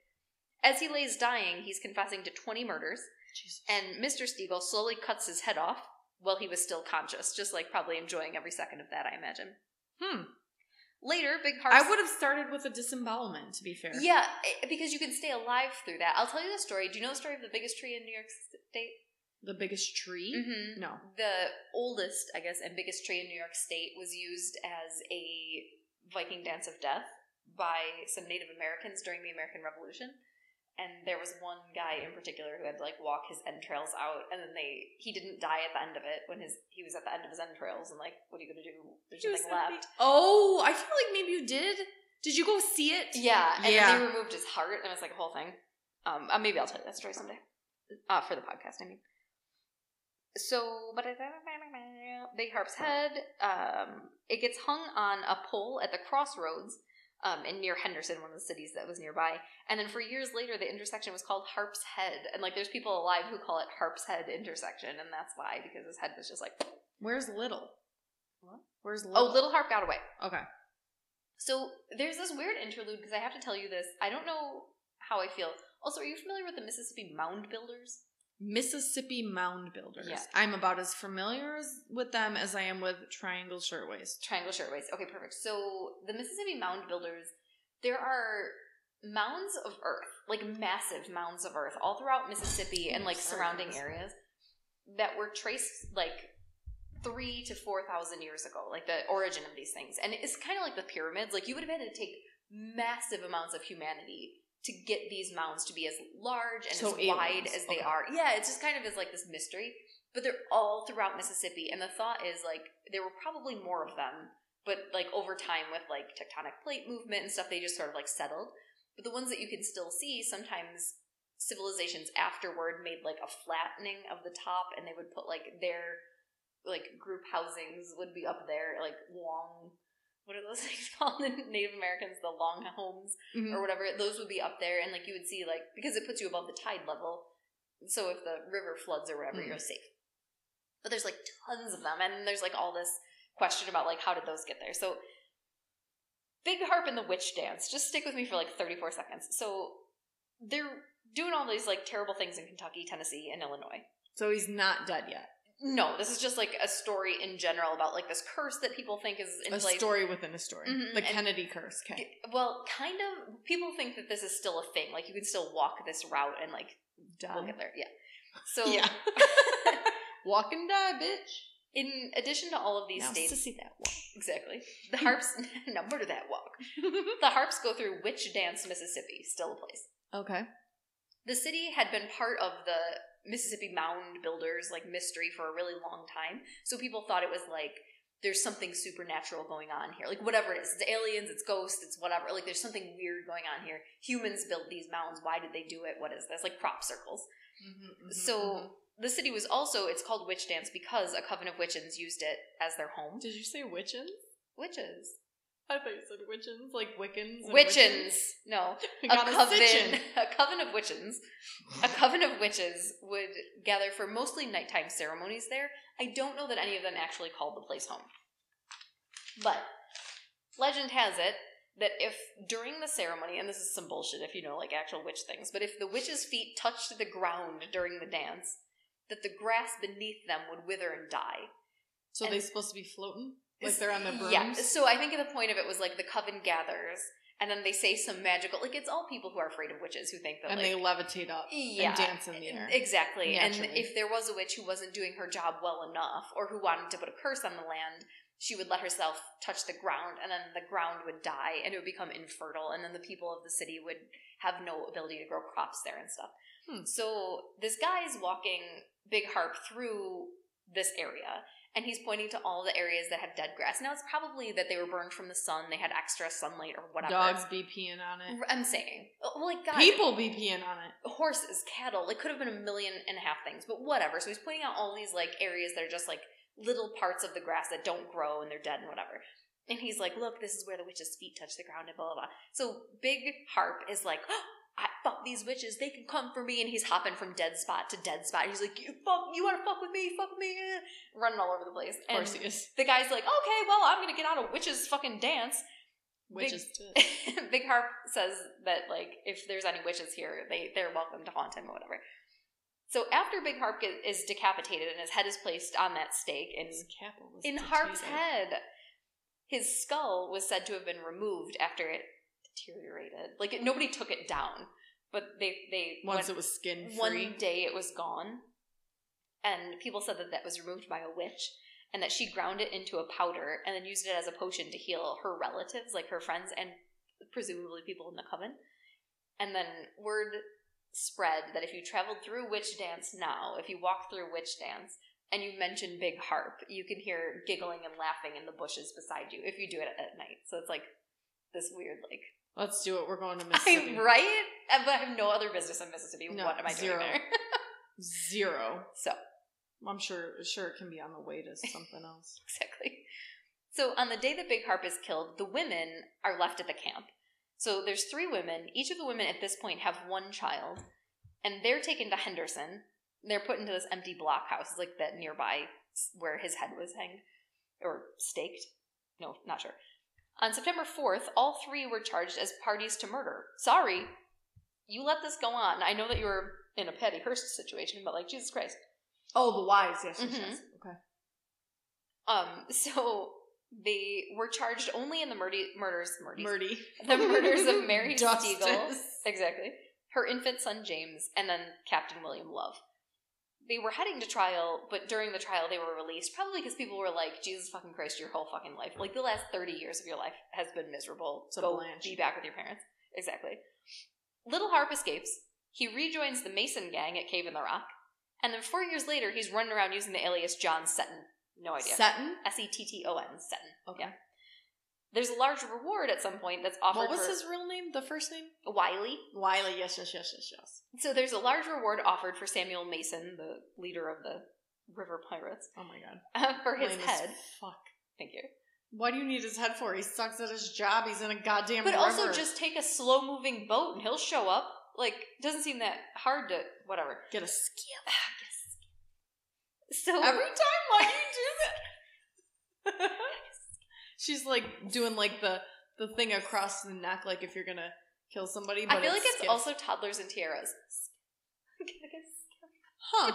A: As he lays dying, he's confessing to 20 murders,
B: Jesus.
A: and Mr. Stiegel slowly cuts his head off while he was still conscious, just like probably enjoying every second of that, I imagine.
B: Hmm.
A: Later, Big Harp.
B: I would have started with a disembowelment, to be fair.
A: Yeah, eh, because you can stay alive through that. I'll tell you the story. Do you know the story of the biggest tree in New York State?
B: The biggest tree?
A: Mm-hmm.
B: No.
A: The oldest, I guess, and biggest tree in New York State was used as a Viking dance of death by some Native Americans during the American Revolution. And there was one guy in particular who had to like walk his entrails out, and then they he didn't die at the end of it when his he was at the end of his entrails, and like, what are you gonna do? There's
B: He was gonna
A: nothing left.
B: be- Oh, I feel like maybe you did. Did you go see it?
A: Yeah, and
B: Yeah.
A: then they removed his heart, and it's like a whole thing. Um, uh, maybe I'll tell you that story someday. Uh, for the podcast, I mean. So, but Big Harp's head, um, it gets hung on a pole at the crossroads um, in near Henderson, one of the cities that was nearby. And then for years later, the intersection was called Harp's Head. And like, there's people alive who call it Harp's Head intersection, and that's why, because his head was just like,
B: Where's Little?
A: What?
B: Where's Little?
A: oh, Little Harp got away.
B: Okay.
A: So there's this weird interlude because I have to tell you this. I don't know how I feel. Also, are you familiar with the Mississippi Mound Builders?
B: Mississippi Mound Builders.
A: Yeah.
B: I'm about as familiar as, with them as I am with Triangle Shirtwaist.
A: Triangle shirtwaist. Okay, perfect. So the Mississippi Mound Builders, there are mounds of earth, like massive mounds of earth, all throughout Mississippi and like
B: Sorry.
A: surrounding areas that were traced like three to four thousand years ago, like the origin of these things. And it's kind of like the pyramids. Like you would have had to take massive amounts of humanity to get these mounds to be as large and
B: So
A: as wide
B: aliens.
A: as
B: Okay.
A: they are. Yeah, it's just kind of is like this mystery. But they're all throughout Mississippi, and the thought is like there were probably more of them, but like over time with like tectonic plate movement and stuff, they just sort of like settled. But the ones that you can still see, sometimes civilizations afterward made like a flattening of the top, and they would put like their like group housings would be up there, like long. What are those [LAUGHS] things called? The Native Americans, the long homes
B: Mm.
A: or whatever, those would be up there, and like you would see, like because it puts you above the tide level, so if the river floods or whatever,
B: Mm.
A: you're safe. But there's like tons of them, and there's like all this question about like how did those get there? So, Big Harp and the Witch Dance. Just stick with me for like 34 seconds. So they're doing all these like terrible things in Kentucky, Tennessee, and Illinois
B: So he's not dead yet.
A: no, this is just like a story in general about like this curse that people think is in
B: a
A: place.
B: story within a story.
A: Mhm,
B: The
A: and-
B: Kennedy curse. Okay.
A: Well, kind of. People think that this is still a thing. Like you can still walk this route and like we'll
B: Die.
A: get there. Yeah.
B: [LAUGHS]
A: So [LAUGHS]
B: Yeah. Walk and die, bitch.
A: in addition to all of these
B: Now
A: states,
B: sissy that walk. [LAUGHS]
A: exactly the harps. [LAUGHS] no, murder that walk. The harps go through Witch Dance, Mississippi, still a place.
B: Okay.
A: The city had been part of the Mississippi Mound Builders like mystery for a really long time. So people thought it was like there's something supernatural going on here. Like whatever it is, it's aliens, it's ghosts, it's whatever. Like there's something weird going on here. Humans built these mounds. Why did they do it? What is this? Like crop circles. Mm-hmm,
B: Mm-hmm,
A: so the city was also it's called Witch Dance because a coven of witches used it as their home.
B: did you say witchins?
A: Witches.
B: I thought you said witchins, like Wiccans. and [LAUGHS]
A: Witchins. No.
B: I
A: a
B: got
A: coven,
B: sitchin.
A: [LAUGHS] a coven of witches. A coven of witches would gather for mostly nighttime ceremonies there. I don't know that any of them actually called the place home. But legend has it that if during the ceremony, and this is some bullshit if you know like actual witch things, but if the witch's feet touched the ground during the dance, that the grass beneath them would wither and die.
B: So they're supposed to be floating? Like they're on the brooms?
A: Yeah. So I think the point of it was like the coven gathers, and then they say some magical. Like it's all people who are afraid of witches who think that
B: and
A: like,
B: they levitate up
A: yeah,
B: and dance in the air.
A: Exactly. And
B: Naturally.
A: if there was a witch who wasn't doing her job well enough or who wanted to put a curse on the land, she would let herself touch the ground and then the ground would die and it would become infertile and then the people of the city would have no ability to grow crops there and stuff.
B: Hmm.
A: So this guy's walking Big Harp through this area and he's pointing to all the areas that have dead grass. Now it's probably that they were burned from the sun, they had extra sunlight or whatever.
B: Dogs be peeing on it.
A: I'm saying. Well, like God,
B: People be peeing on it.
A: horses, cattle. It could have been a million and a half things, but whatever. So he's pointing out all these like areas that are just like little parts of the grass that don't grow and they're dead and whatever. And he's like, look, this is where the witch's feet touch the ground and blah, blah, blah. So Big Harp is like, oh, I fuck these witches. They can come for me. And he's hopping from dead spot to dead spot. He's like, you fuck, you want to fuck with me? Fuck with me. eh," Running all over the place.
B: Of course
A: And
B: he is.
A: the guy's like, okay, well, I'm going to get on a witch's fucking dance.
B: Which
A: Big- [LAUGHS]
B: is
A: Big Harp says that like if there's any witches here, they they're welcome to haunt him or whatever. So after Big Harp get, is decapitated and his head is placed on that stake, and
B: His capital was
A: in
B: potato.
A: Harp's head, his skull was said to have been removed after it deteriorated. Like it, nobody took it down, but they they
B: Once
A: went-
B: it was skin free.
A: one day it was gone, and people said that that was removed by a witch, and that she ground it into a powder and then used it as a potion to heal her relatives, like her friends and presumably people in the coven. And then word spread that if you traveled through Witch Dance now, if you walk through Witch Dance and you mention Big Harp, you can hear giggling and laughing in the bushes beside you if you do it at night. So it's like this weird, like
B: Let's do it. We're going to Mississippi.
A: I'm right, but I have no other business in Mississippi.
B: No,
A: what am I
B: zero.
A: doing there? [LAUGHS]
B: Zero.
A: So
B: I'm sure sure it can be on the way to something
A: [LAUGHS]
B: else.
A: exactly. So on the day that Big Harp is killed, the women are left at the camp. So there's three women. Each of the women at this point have one child, and they're taken to Henderson. They're put into this empty blockhouse, like that nearby s- where his head was hanged or staked. No, not sure. On September 4th, all three were charged as parties to murder. Sorry, you let this go on. I know that you were in a Patty Hearst situation, but like Jesus Christ.
B: Oh, the wives. Yes,
A: yes,
B: yes,
A: yes.
B: Okay.
A: Um, [LAUGHS] so they were charged only in the murder murders,
B: [LAUGHS]
A: murders
B: Murdy.
A: the murders of
B: [LAUGHS]
A: Mary
B: Justice.
A: Steagall, exactly, her infant son James, and then Captain William Love. They were heading to trial, but during the trial they were released, probably because people were like, "Jesus fucking Christ, your whole fucking life, like the last thirty years of your life has been miserable.
B: It's a
A: Go
B: blanch."
A: be back with your parents." Exactly. Little Harp escapes. He rejoins the Mason gang at Cave in the Rock, and then four years later, he's running around using the alias John Seton. No idea.
B: Seton.
A: S e t t o n Seton.
B: Okay.
A: Yeah. There's a large reward at some point that's offered.
B: What was
A: for
B: his real name? The first name?
A: Wiley.
B: Wiley. Yes, yes, yes, yes, yes.
A: So there's a large reward offered for Samuel Mason, the leader of the River Pirates, [LAUGHS]
B: Oh my god.
A: for his
B: Lame as
A: head.
B: Fuck.
A: Thank you.
B: Why do you need his head for? He sucks at his job. He's in a goddamn.
A: But also,
B: river.
A: just take a slow moving boat and he'll show up. Like, doesn't seem that hard to whatever.
B: get a skip.
A: So
B: Every time, why do
A: [LAUGHS]
B: you do that? [LAUGHS] She's like doing like the the thing across the neck, like if you're gonna kill somebody. But
A: I feel like it's
B: skiff.
A: also toddlers and tiaras. [LAUGHS]
B: huh.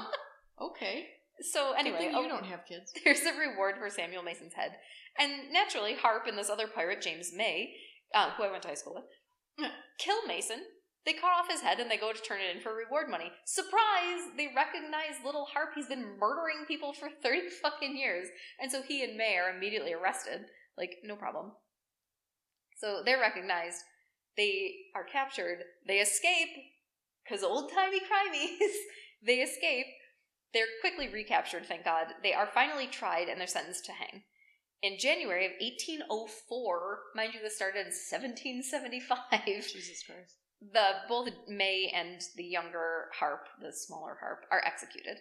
B: Okay.
A: so
B: Good
A: anyway,
B: thing
A: oh,
B: you don't have kids.
A: [LAUGHS] there's a reward for Samuel Mason's head. And naturally, Harp and this other pirate, James May, uh, who I went to high school with,
B: Yeah.
A: kill Mason. They cut off his head and they go to turn it in for reward money. Surprise! They recognize little Harp. He's been murdering people for [LAUGHS] 30 fucking years. And so he and May are immediately arrested. Like, no problem. So they're recognized. They are captured. They escape. Because old timey crimeys. [LAUGHS] they escape. They're quickly recaptured, thank God. They are finally tried and they're sentenced to hang. In January of 1804, mind you, this started in 1775
B: Jesus Christ.
A: the both May and the younger harp, the smaller harp, are executed.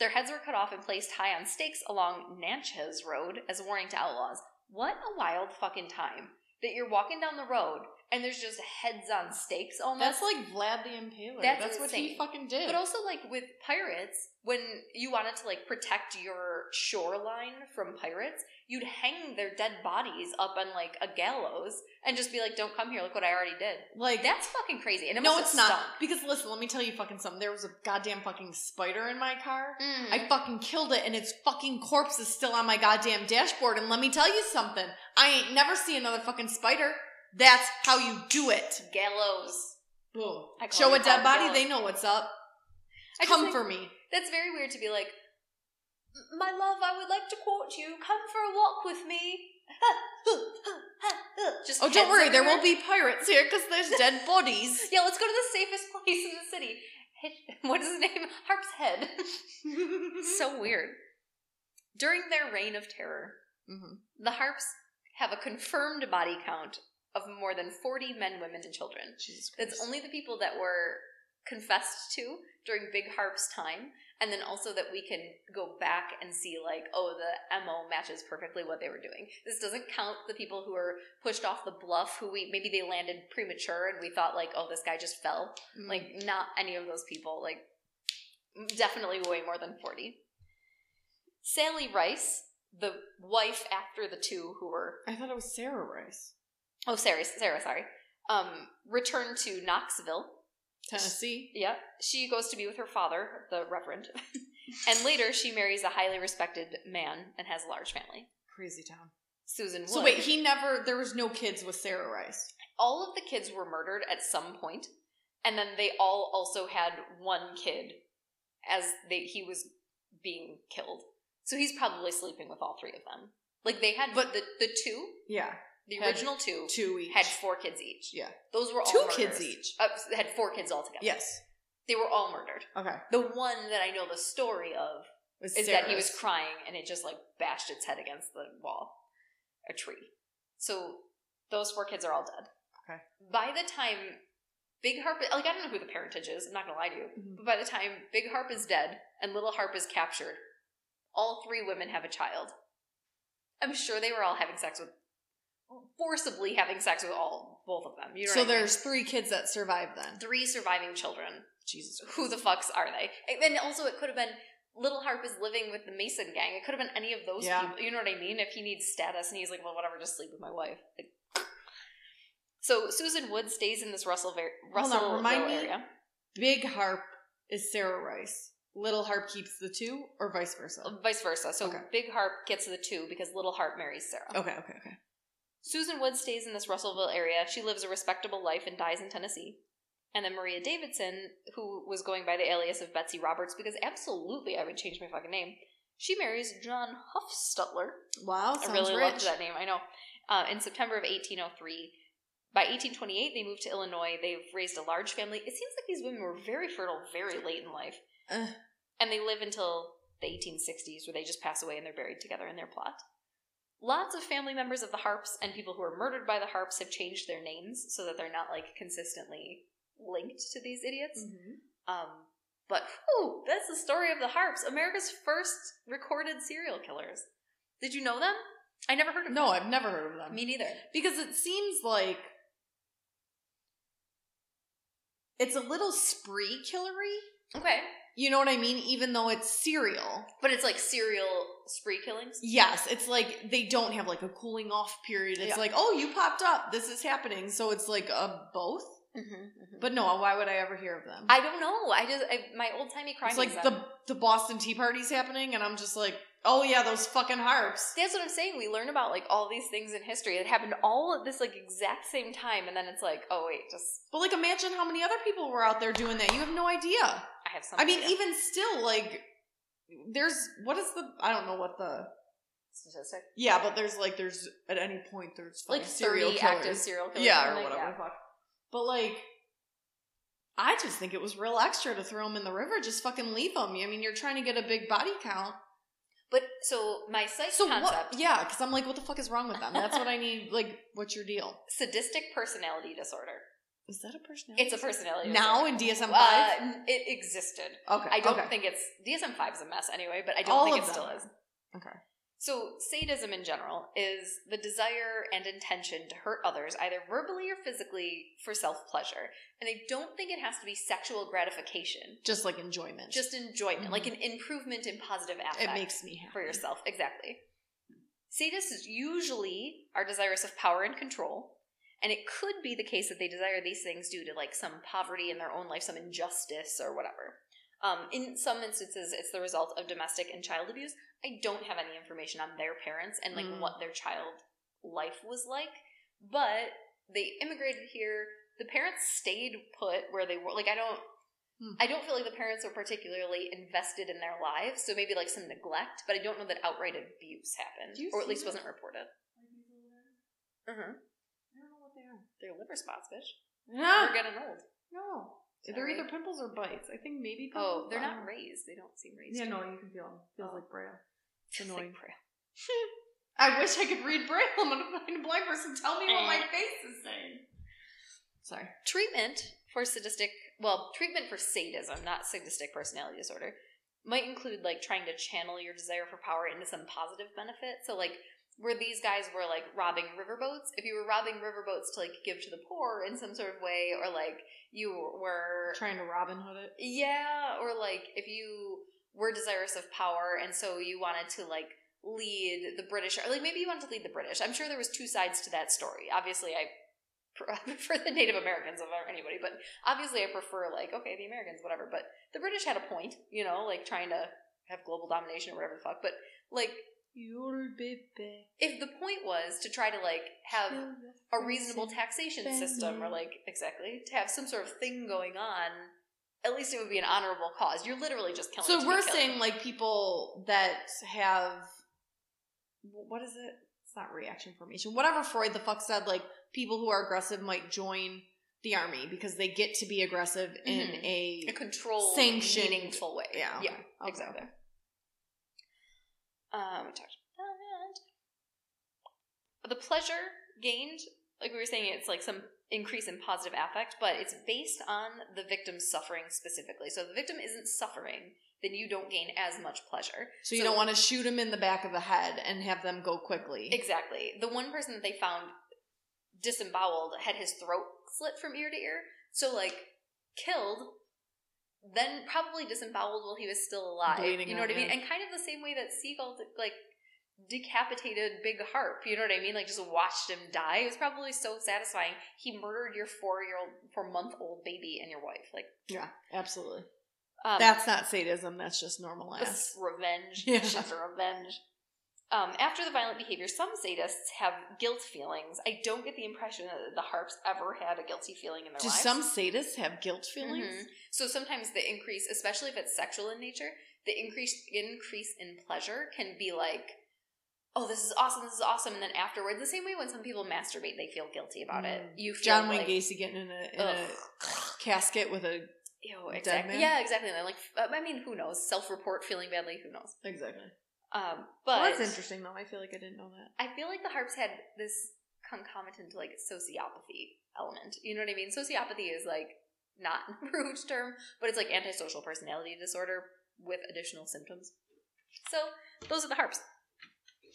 A: Their heads were cut off and placed high on stakes along Natchez Road as a warning to outlaws. What a wild fucking time that you're walking down the road and there's just heads on stakes almost.
B: That's like Vlad the Impaler.
A: That's
B: That's, what he
A: insane.
B: fucking did.
A: but also like with pirates, when you wanted to like protect your shoreline from pirates, you'd hang their dead bodies up on like a gallows and just be like, "Don't come here! Look what I already did."
B: like
A: That's fucking crazy. And it
B: no,
A: must
B: it's
A: have
B: not.
A: stunk.
B: Because listen, let me tell you fucking something. There was a goddamn fucking spider in my car.
A: Mm.
B: I fucking killed it, and its fucking corpse is still on my goddamn dashboard. And let me tell you something. I ain't never see another fucking spider. That's how you do it.
A: gallows.
B: Boom.
A: I call
B: Show a
A: it
B: dead body,
A: Hellgate.
B: they know what's up.
A: I just
B: Come
A: think
B: for me.
A: That's very weird to be like, my love, I would like to court you. Come for a walk with me. [LAUGHS] Just
B: Oh, don't
A: heads
B: worry, there
A: everywhere.
B: won't be pirates here because [LAUGHS] there's dead bodies.
A: Yeah, let's go to the safest place in the city. Hitch- [LAUGHS] What is his name? Harp's Head. [LAUGHS] so weird. During their reign of terror,
B: Mhm.
A: the Harps have a confirmed body count of more than 40 men, women, and children.
B: Jesus Christ.
A: It's only the people that were confessed to during Big Harp's time, and then also that we can go back and see like oh the mo matches perfectly what they were doing this doesn't count the people who are pushed off the bluff who we maybe they landed premature and we thought like oh this guy just fell
B: Mm-hmm.
A: like
B: Mm.
A: not any of those people like definitely way more than 40 sally rice the wife after the two who were
B: I thought it was Sarah Rice.
A: oh sarah sarah sorry um returned to knoxville
B: Tennessee.
A: Yep. She goes to be with her father, the Reverend. [LAUGHS] and later she marries a highly respected man and has a large family.
B: Crazy town.
A: Susan Wood.
B: So wait, he never there was no kids with Sarah Rice.
A: all of the kids were murdered at some point, and then they all also had one kid as they, he was being killed. So he's probably sleeping with all three of them. Like they had, but the, the two,
B: Yeah.
A: the
B: Had
A: original two,
B: Two each.
A: had four kids each.
B: Yeah.
A: Those were all
B: Two kids
A: murders.
B: each.
A: Uh, had four kids altogether.
B: Yes.
A: They were all murdered.
B: Okay.
A: The one that I know the story of
B: Was
A: is that he was
B: Sarah's.
A: crying and it just like bashed its head against the wall, a tree. So those four kids are all dead.
B: Okay.
A: By the time Big Harp, like I don't know who the parentage is. I'm not gonna lie to you,
B: Mhm.
A: but by the time Big Harp is dead and Little Harp is captured, all three women have a child. I'm sure they were all having sex with, forcibly having sex with all both of them. You know
B: So
A: what I mean?
B: there's three kids that survived then.
A: three surviving children
B: Jesus.
A: who the fucks are they? And then also, it could have been Little Harp is living with the Mason gang. It could have been any of those
B: Yeah.
A: people. You know what I mean? If he needs status and he's like, well, whatever, just sleep with my wife. Like, so Susan Wood stays in this Russell
B: Hold on,
A: Russellville
B: remind me-
A: area.
B: Big Harp is Sarah Rice. Little Harp keeps the two, or vice versa.
A: Vice versa. So
B: Okay.
A: Big Harp gets the two because Little Harp marries Sarah.
B: Okay, okay, okay.
A: Susan Wood stays in this Russellville area. She lives a respectable life and dies in Tennessee. And then Maria Davidson, who was going by the alias of Betsy Roberts, because absolutely I would change my fucking name, she marries John Huffstutler.
B: Wow, sounds
A: I really
B: rich.
A: loved that name. I know. Uh, in September of 1803. By 1828, they moved to Illinois. They've raised a large family. It seems like these women were very fertile very late in life.
B: Ugh.
A: And they live until the 1860s, where they just pass away and they're buried together in their plot. Lots of family members of the Harps and people who were murdered by the Harps have changed their names so that they're not like consistently linked to these idiots.
B: Mm-hmm.
A: Um, but whew, that's the story of the harps, America's first recorded serial killers. Did you know them? I never heard of
B: No,
A: them.
B: I've never heard of them.
A: me neither.
B: because it seems like it's a little spree killery.
A: Okay,
B: You know what I mean? Even though it's serial.
A: but it's like serial spree killings.
B: Yes, it's like they don't have like a cooling off period. It's
A: Yeah.
B: like, oh, you popped up. This is happening. So it's like a both. But no, why would I ever hear of them?
A: I don't know. I just I, my old timey crime.
B: it's like the the Boston Tea Party's happening, and I'm just like, oh yeah, those fucking harps.
A: That's what I'm saying. We learn about like all these things in history that happened all at this like exact same time, and then it's like, oh wait, just
B: But like, imagine how many other people were out there doing that. You have no idea.
A: I have some.
B: I mean,
A: idea.
B: even still, like, there's what is the I don't know what the e-
A: statistic
B: yeah, but there's like there's at any point there's fucking
A: like
B: serial
A: 30
B: killers,
A: active serial killers.
B: yeah,
A: I'm
B: or
A: like,
B: whatever.
A: yeah.
B: the Fuck. But like, I just think it was real extra to throw them in the river. Just fucking leave them. I mean, you're trying to get a big body count.
A: But so my psych
B: So
A: concept.
B: what? Yeah, because I'm like, what the fuck is wrong with them? That's what I need. [LAUGHS] Like, what's your deal?
A: sadistic personality disorder.
B: Is that a personality?
A: It's a personality
B: now
A: disorder.
B: in DSM
A: Uh,
B: five.
A: n- it existed.
B: okay,
A: I don't
B: okay.
A: think it's DSM five is a mess anyway, but I don't
B: All
A: think
B: of
A: it still
B: them.
A: is.
B: Okay.
A: So sadism in general is the desire and intention to hurt others, either verbally or physically, for self pleasure. And I don't think it has to be sexual gratification,
B: Just like enjoyment.
A: just enjoyment,
B: Mhm.
A: like an improvement in positive affect
B: it makes me happy
A: for yourself. Exactly. Sadists usually are desirous of power and control, and it could be the case that they desire these things due to like some poverty in their own life, some injustice or whatever. Um, in some instances, it's the result of domestic and child abuse. I don't have any information on their parents and like
B: Mm.
A: what their child life was like, but they immigrated here. The parents stayed put where they were. Like I don't,
B: Hmm.
A: I don't feel like the parents were particularly invested in their lives. So maybe like some neglect, but I don't know that outright abuse happened,
B: Do you
A: or at
B: see
A: least
B: that?
A: wasn't reported.
B: Uh-huh.
A: Mm-hmm.
B: I don't know what they are.
A: Their liver spots, bitch.
B: No,
A: We're getting old.
B: no.
A: that
B: They're
A: right?
B: either pimples or bites. I think maybe.
A: Oh,
B: pimples.
A: they're
B: I don't
A: not
B: know.
A: raised. They don't seem raised.
B: Yeah,
A: to me.
B: no, you can feel them. Feels
A: Oh.
B: like braille.
A: [LAUGHS] It's like
B: annoying.
A: Braille.
B: [LAUGHS] I wish I could read braille. I'm gonna find a blind person. Tell me what my face is saying. Sorry.
A: Treatment for sadistic, well, treatment for sadism, not sadistic personality disorder, might include like trying to channel your desire for power into some positive benefit. So like where these guys were like robbing riverboats, if you were robbing riverboats to like give to the poor in some sort of way, or like you were
B: Trying to Robin Hood it.
A: yeah, or like if you were desirous of power and so you wanted to like lead the British, or like maybe you wanted to lead the British. I'm sure there was two sides to that story. Obviously, [LAUGHS] I pre- prefer the Native Americans over anybody, but obviously I prefer like okay, the Americans, whatever. But the British had a point, you know, like trying to have global domination or whatever the fuck. But like
E: You'll be back.
A: if the point was to try to like have a reasonable taxation
E: Fancy.
A: system or like exactly to have some sort of thing going on at least it would be an honorable cause you're literally just killing to
B: So
A: be
B: we're
A: killing.
B: saying like people that have what is it? It's not reaction formation. Whatever Freud the fuck said, like people who are aggressive might join the army because they get to be aggressive in
A: Mhm.
B: a
A: a controlled
B: sanctioned-
A: meaningful way
B: yeah
A: yeah
B: okay, okay,
A: exactly.
B: okay.
A: Um, we talked about that. The pleasure gained, like we were saying, it's like some increase in positive affect, but it's based on the victim's suffering specifically. So if the victim isn't suffering, then you don't gain as much pleasure.
B: So you
A: So-
B: don't want to shoot them in the back of the head and have them go quickly.
A: Exactly. The one person that they found disemboweled had his throat slit from ear to ear. So, like, killed, then probably disemboweled while he was still alive.
B: Bleeding
A: you know
B: out,
A: what I mean?
B: yeah.
A: And kind of the same way that Seagull, like, decapitated Big Harp. You know what I mean? Like, just watched him die. It was probably so satisfying. He murdered your four year old, four month old baby and your wife. Like,
B: yeah, absolutely.
A: um,
B: That's not sadism. That's just normal
A: That's
B: ass.
A: revenge.
B: [LAUGHS] Yeah.
A: It's just revenge. Um, after the violent behavior, some sadists have guilt feelings. I don't get the impression that the harps ever had a guilty feeling in their
B: Do
A: lives.
B: some sadists have guilt feelings?
A: Mhm. So sometimes the increase, especially if it's sexual in nature, the increase increase in pleasure can be like, oh, this is awesome, this is awesome, and then afterward, the same way when some people masturbate, they feel guilty about it.
B: Mm.
A: You feel
B: John Wayne
A: like,
B: Gacy getting in a, in a
A: ugh.
B: casket with a
A: Ew,
B: dead
A: exactly.
B: man?
A: Yeah, exactly. And then like, f- I mean, who knows? Self report feeling badly, who knows?
B: exactly.
A: Um, but
B: that's interesting though. I feel like I didn't know that.
A: I feel like the harps had this concomitant like sociopathy element. You know what I mean? Sociopathy is like not an [LAUGHS] approved term, but it's like antisocial personality disorder with additional symptoms. So those are the harps.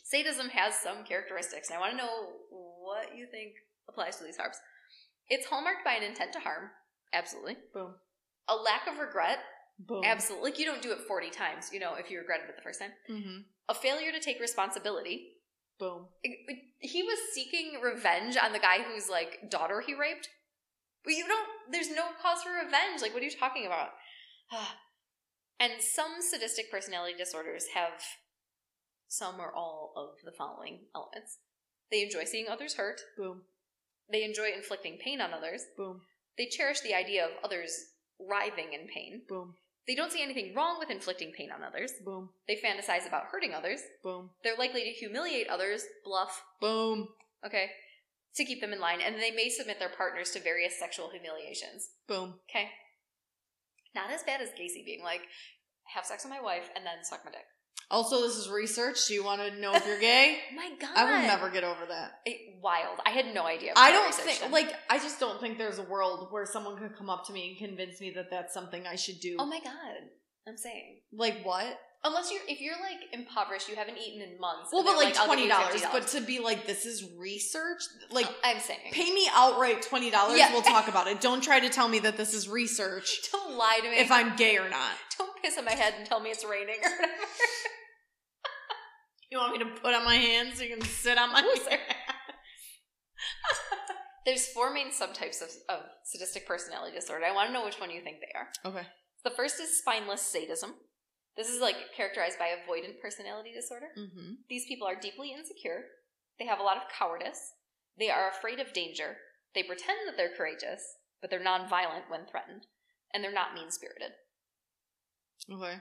A: Sadism has some characteristics, and I want to know what you think applies to these harps. It's hallmarked by an intent to harm, absolutely.
B: Boom,
A: A lack of regret,
B: boom.
A: absolutely. Like you don't do it forty times, you know, if you regretted it the first time.
B: hmm
A: A failure to take responsibility,
B: Boom.
A: he was seeking revenge on the guy whose like daughter he raped. But you don't. There's no cause for revenge. Like, what are you talking about? [SIGHS] and some sadistic personality disorders have some or all of the following elements. They enjoy seeing others hurt.
B: Boom.
A: They enjoy inflicting pain on others.
B: Boom.
A: They cherish the idea of others writhing in pain.
B: Boom.
A: They don't see anything wrong with inflicting pain on others.
B: Boom.
A: They fantasize about hurting others.
B: Boom.
A: They're likely to humiliate others, bluff,
B: Boom.
A: Okay. To keep them in line, and they may submit their partners to various sexual humiliations.
B: Boom.
A: Okay. Not as bad as Gacy being like, have sex with my wife and then suck my dick.
B: Also, this is research. Do you want to know if you're
A: [LAUGHS]
B: gay?
A: Oh My God.
B: I will never get over that.
A: It- wild. I had no idea.
B: I
A: before
B: don't
A: researched
B: think
A: them.
B: like I just don't think there's a world where someone could come up to me and convince me that that's something I should do.
A: Oh my God. I'm saying.
B: like what?
A: Unless you're, if you're like impoverished, you haven't eaten in months.
B: Well,
A: and
B: but
A: they're
B: like
A: "I'll give
B: twenty
A: you
B: dollars.
A: $50."
B: But to be like this is research, like.
A: I'm saying.
B: Pay me outright twenty dollars.
A: Yeah.
B: We'll talk about it. Don't try to tell me that this is research.
A: [LAUGHS]
B: [LAUGHS]
A: don't lie to me.
B: If I'm gay or not.
A: don't piss on my head and tell me it's raining or whatever.
B: You want me to put on my hands so you can sit [LAUGHS] on my
A: There's four main subtypes of, of sadistic personality disorder. I want to know which one you think they are.
B: Okay.
A: The first is spineless sadism. This is like characterized by avoidant personality disorder.
B: Mm-hmm.
A: These people are deeply insecure. They have a lot of cowardice. They are afraid of danger. They pretend that they're courageous, but they're nonviolent when threatened, and they're not mean spirited.
B: Okay.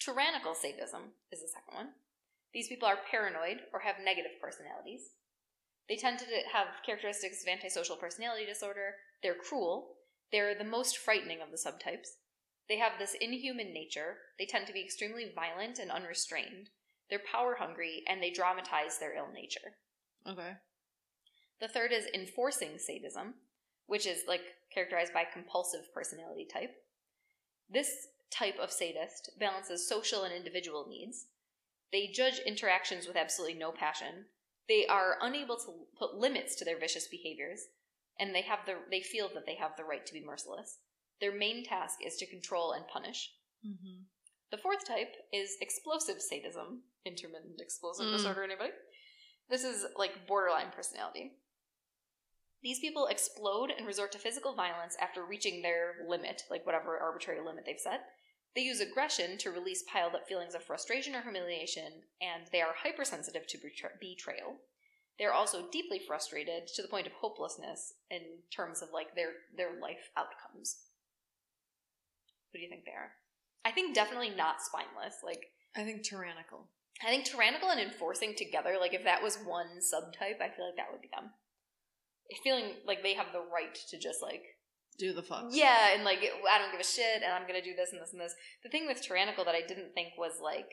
A: Tyrannical sadism is the second one. These people are paranoid or have negative personalities. They tend to have characteristics of antisocial personality disorder. They're cruel. They're the most frightening of the subtypes. They have this inhuman nature. They tend to be extremely violent and unrestrained. They're power hungry and they dramatize their ill nature.
B: Okay.
A: The third is enforcing sadism, which is like characterized by compulsive personality type. This type of sadist balances social and individual needs. They judge interactions with absolutely no passion. They are unable to put limits to their vicious behaviors, and they have the they feel that they have the right to be merciless. Their main task is to control and punish.
B: Mm-hmm.
A: The fourth type is explosive sadism, intermittent explosive
B: Mm.
A: disorder, anybody? This is like borderline personality. These people explode and resort to physical violence after reaching their limit, like whatever arbitrary limit they've set. They use aggression to release piled up feelings of frustration or humiliation, and they are hypersensitive to betra- betrayal. They're also deeply frustrated to the point of hopelessness in terms of like their their life outcomes. Who do you think they are? I think definitely not spineless. Like
B: I think tyrannical.
A: I think tyrannical and enforcing together, like if that was one subtype, I feel like that would be them. Feeling like they have the right to just like
B: Do the fuck.
A: yeah, and like I don't give a shit, and I'm gonna do this and this and this. The thing with tyrannical that I didn't think was like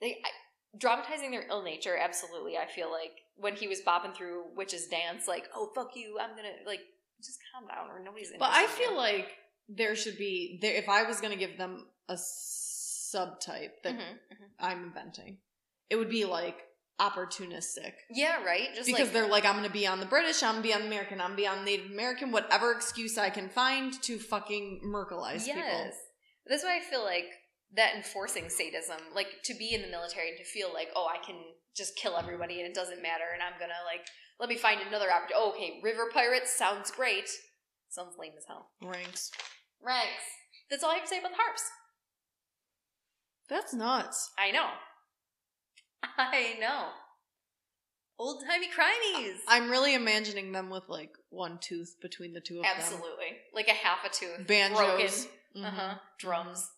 A: they I, dramatizing their ill nature. Absolutely, I feel like when he was bopping through witch's dance, like oh fuck you, I'm gonna like just calm down or nobody's.
B: But I
A: interested in
B: feel
A: you.
B: like there should be there. If I was going to give them a subtype that
A: Mhm, mhm.
B: I'm inventing, it would be like opportunistic
A: yeah, right, just
B: because
A: like,
B: they're like, I'm going to be on the British, I'm going to be on the American, I'm going to be on Native American, whatever excuse I can find to fucking Merkleize people.
A: That's why I feel like that enforcing sadism, like to be in the military and to feel like, oh, I can just kill everybody and it doesn't matter, and I'm gonna like let me find another opportunity. Oh, okay, river pirates sounds great. Sounds lame as hell.
B: Ranks.
A: Ranks. That's all I have to say about the harps.
B: That's nuts.
A: I know. [LAUGHS] I know. Old timey crimeys.
B: I'm really imagining them with like one tooth between the two of
A: Absolutely, like a half a tooth,
B: them. Banjos.
A: broken.
B: Mhm.
A: Uh huh. Drums.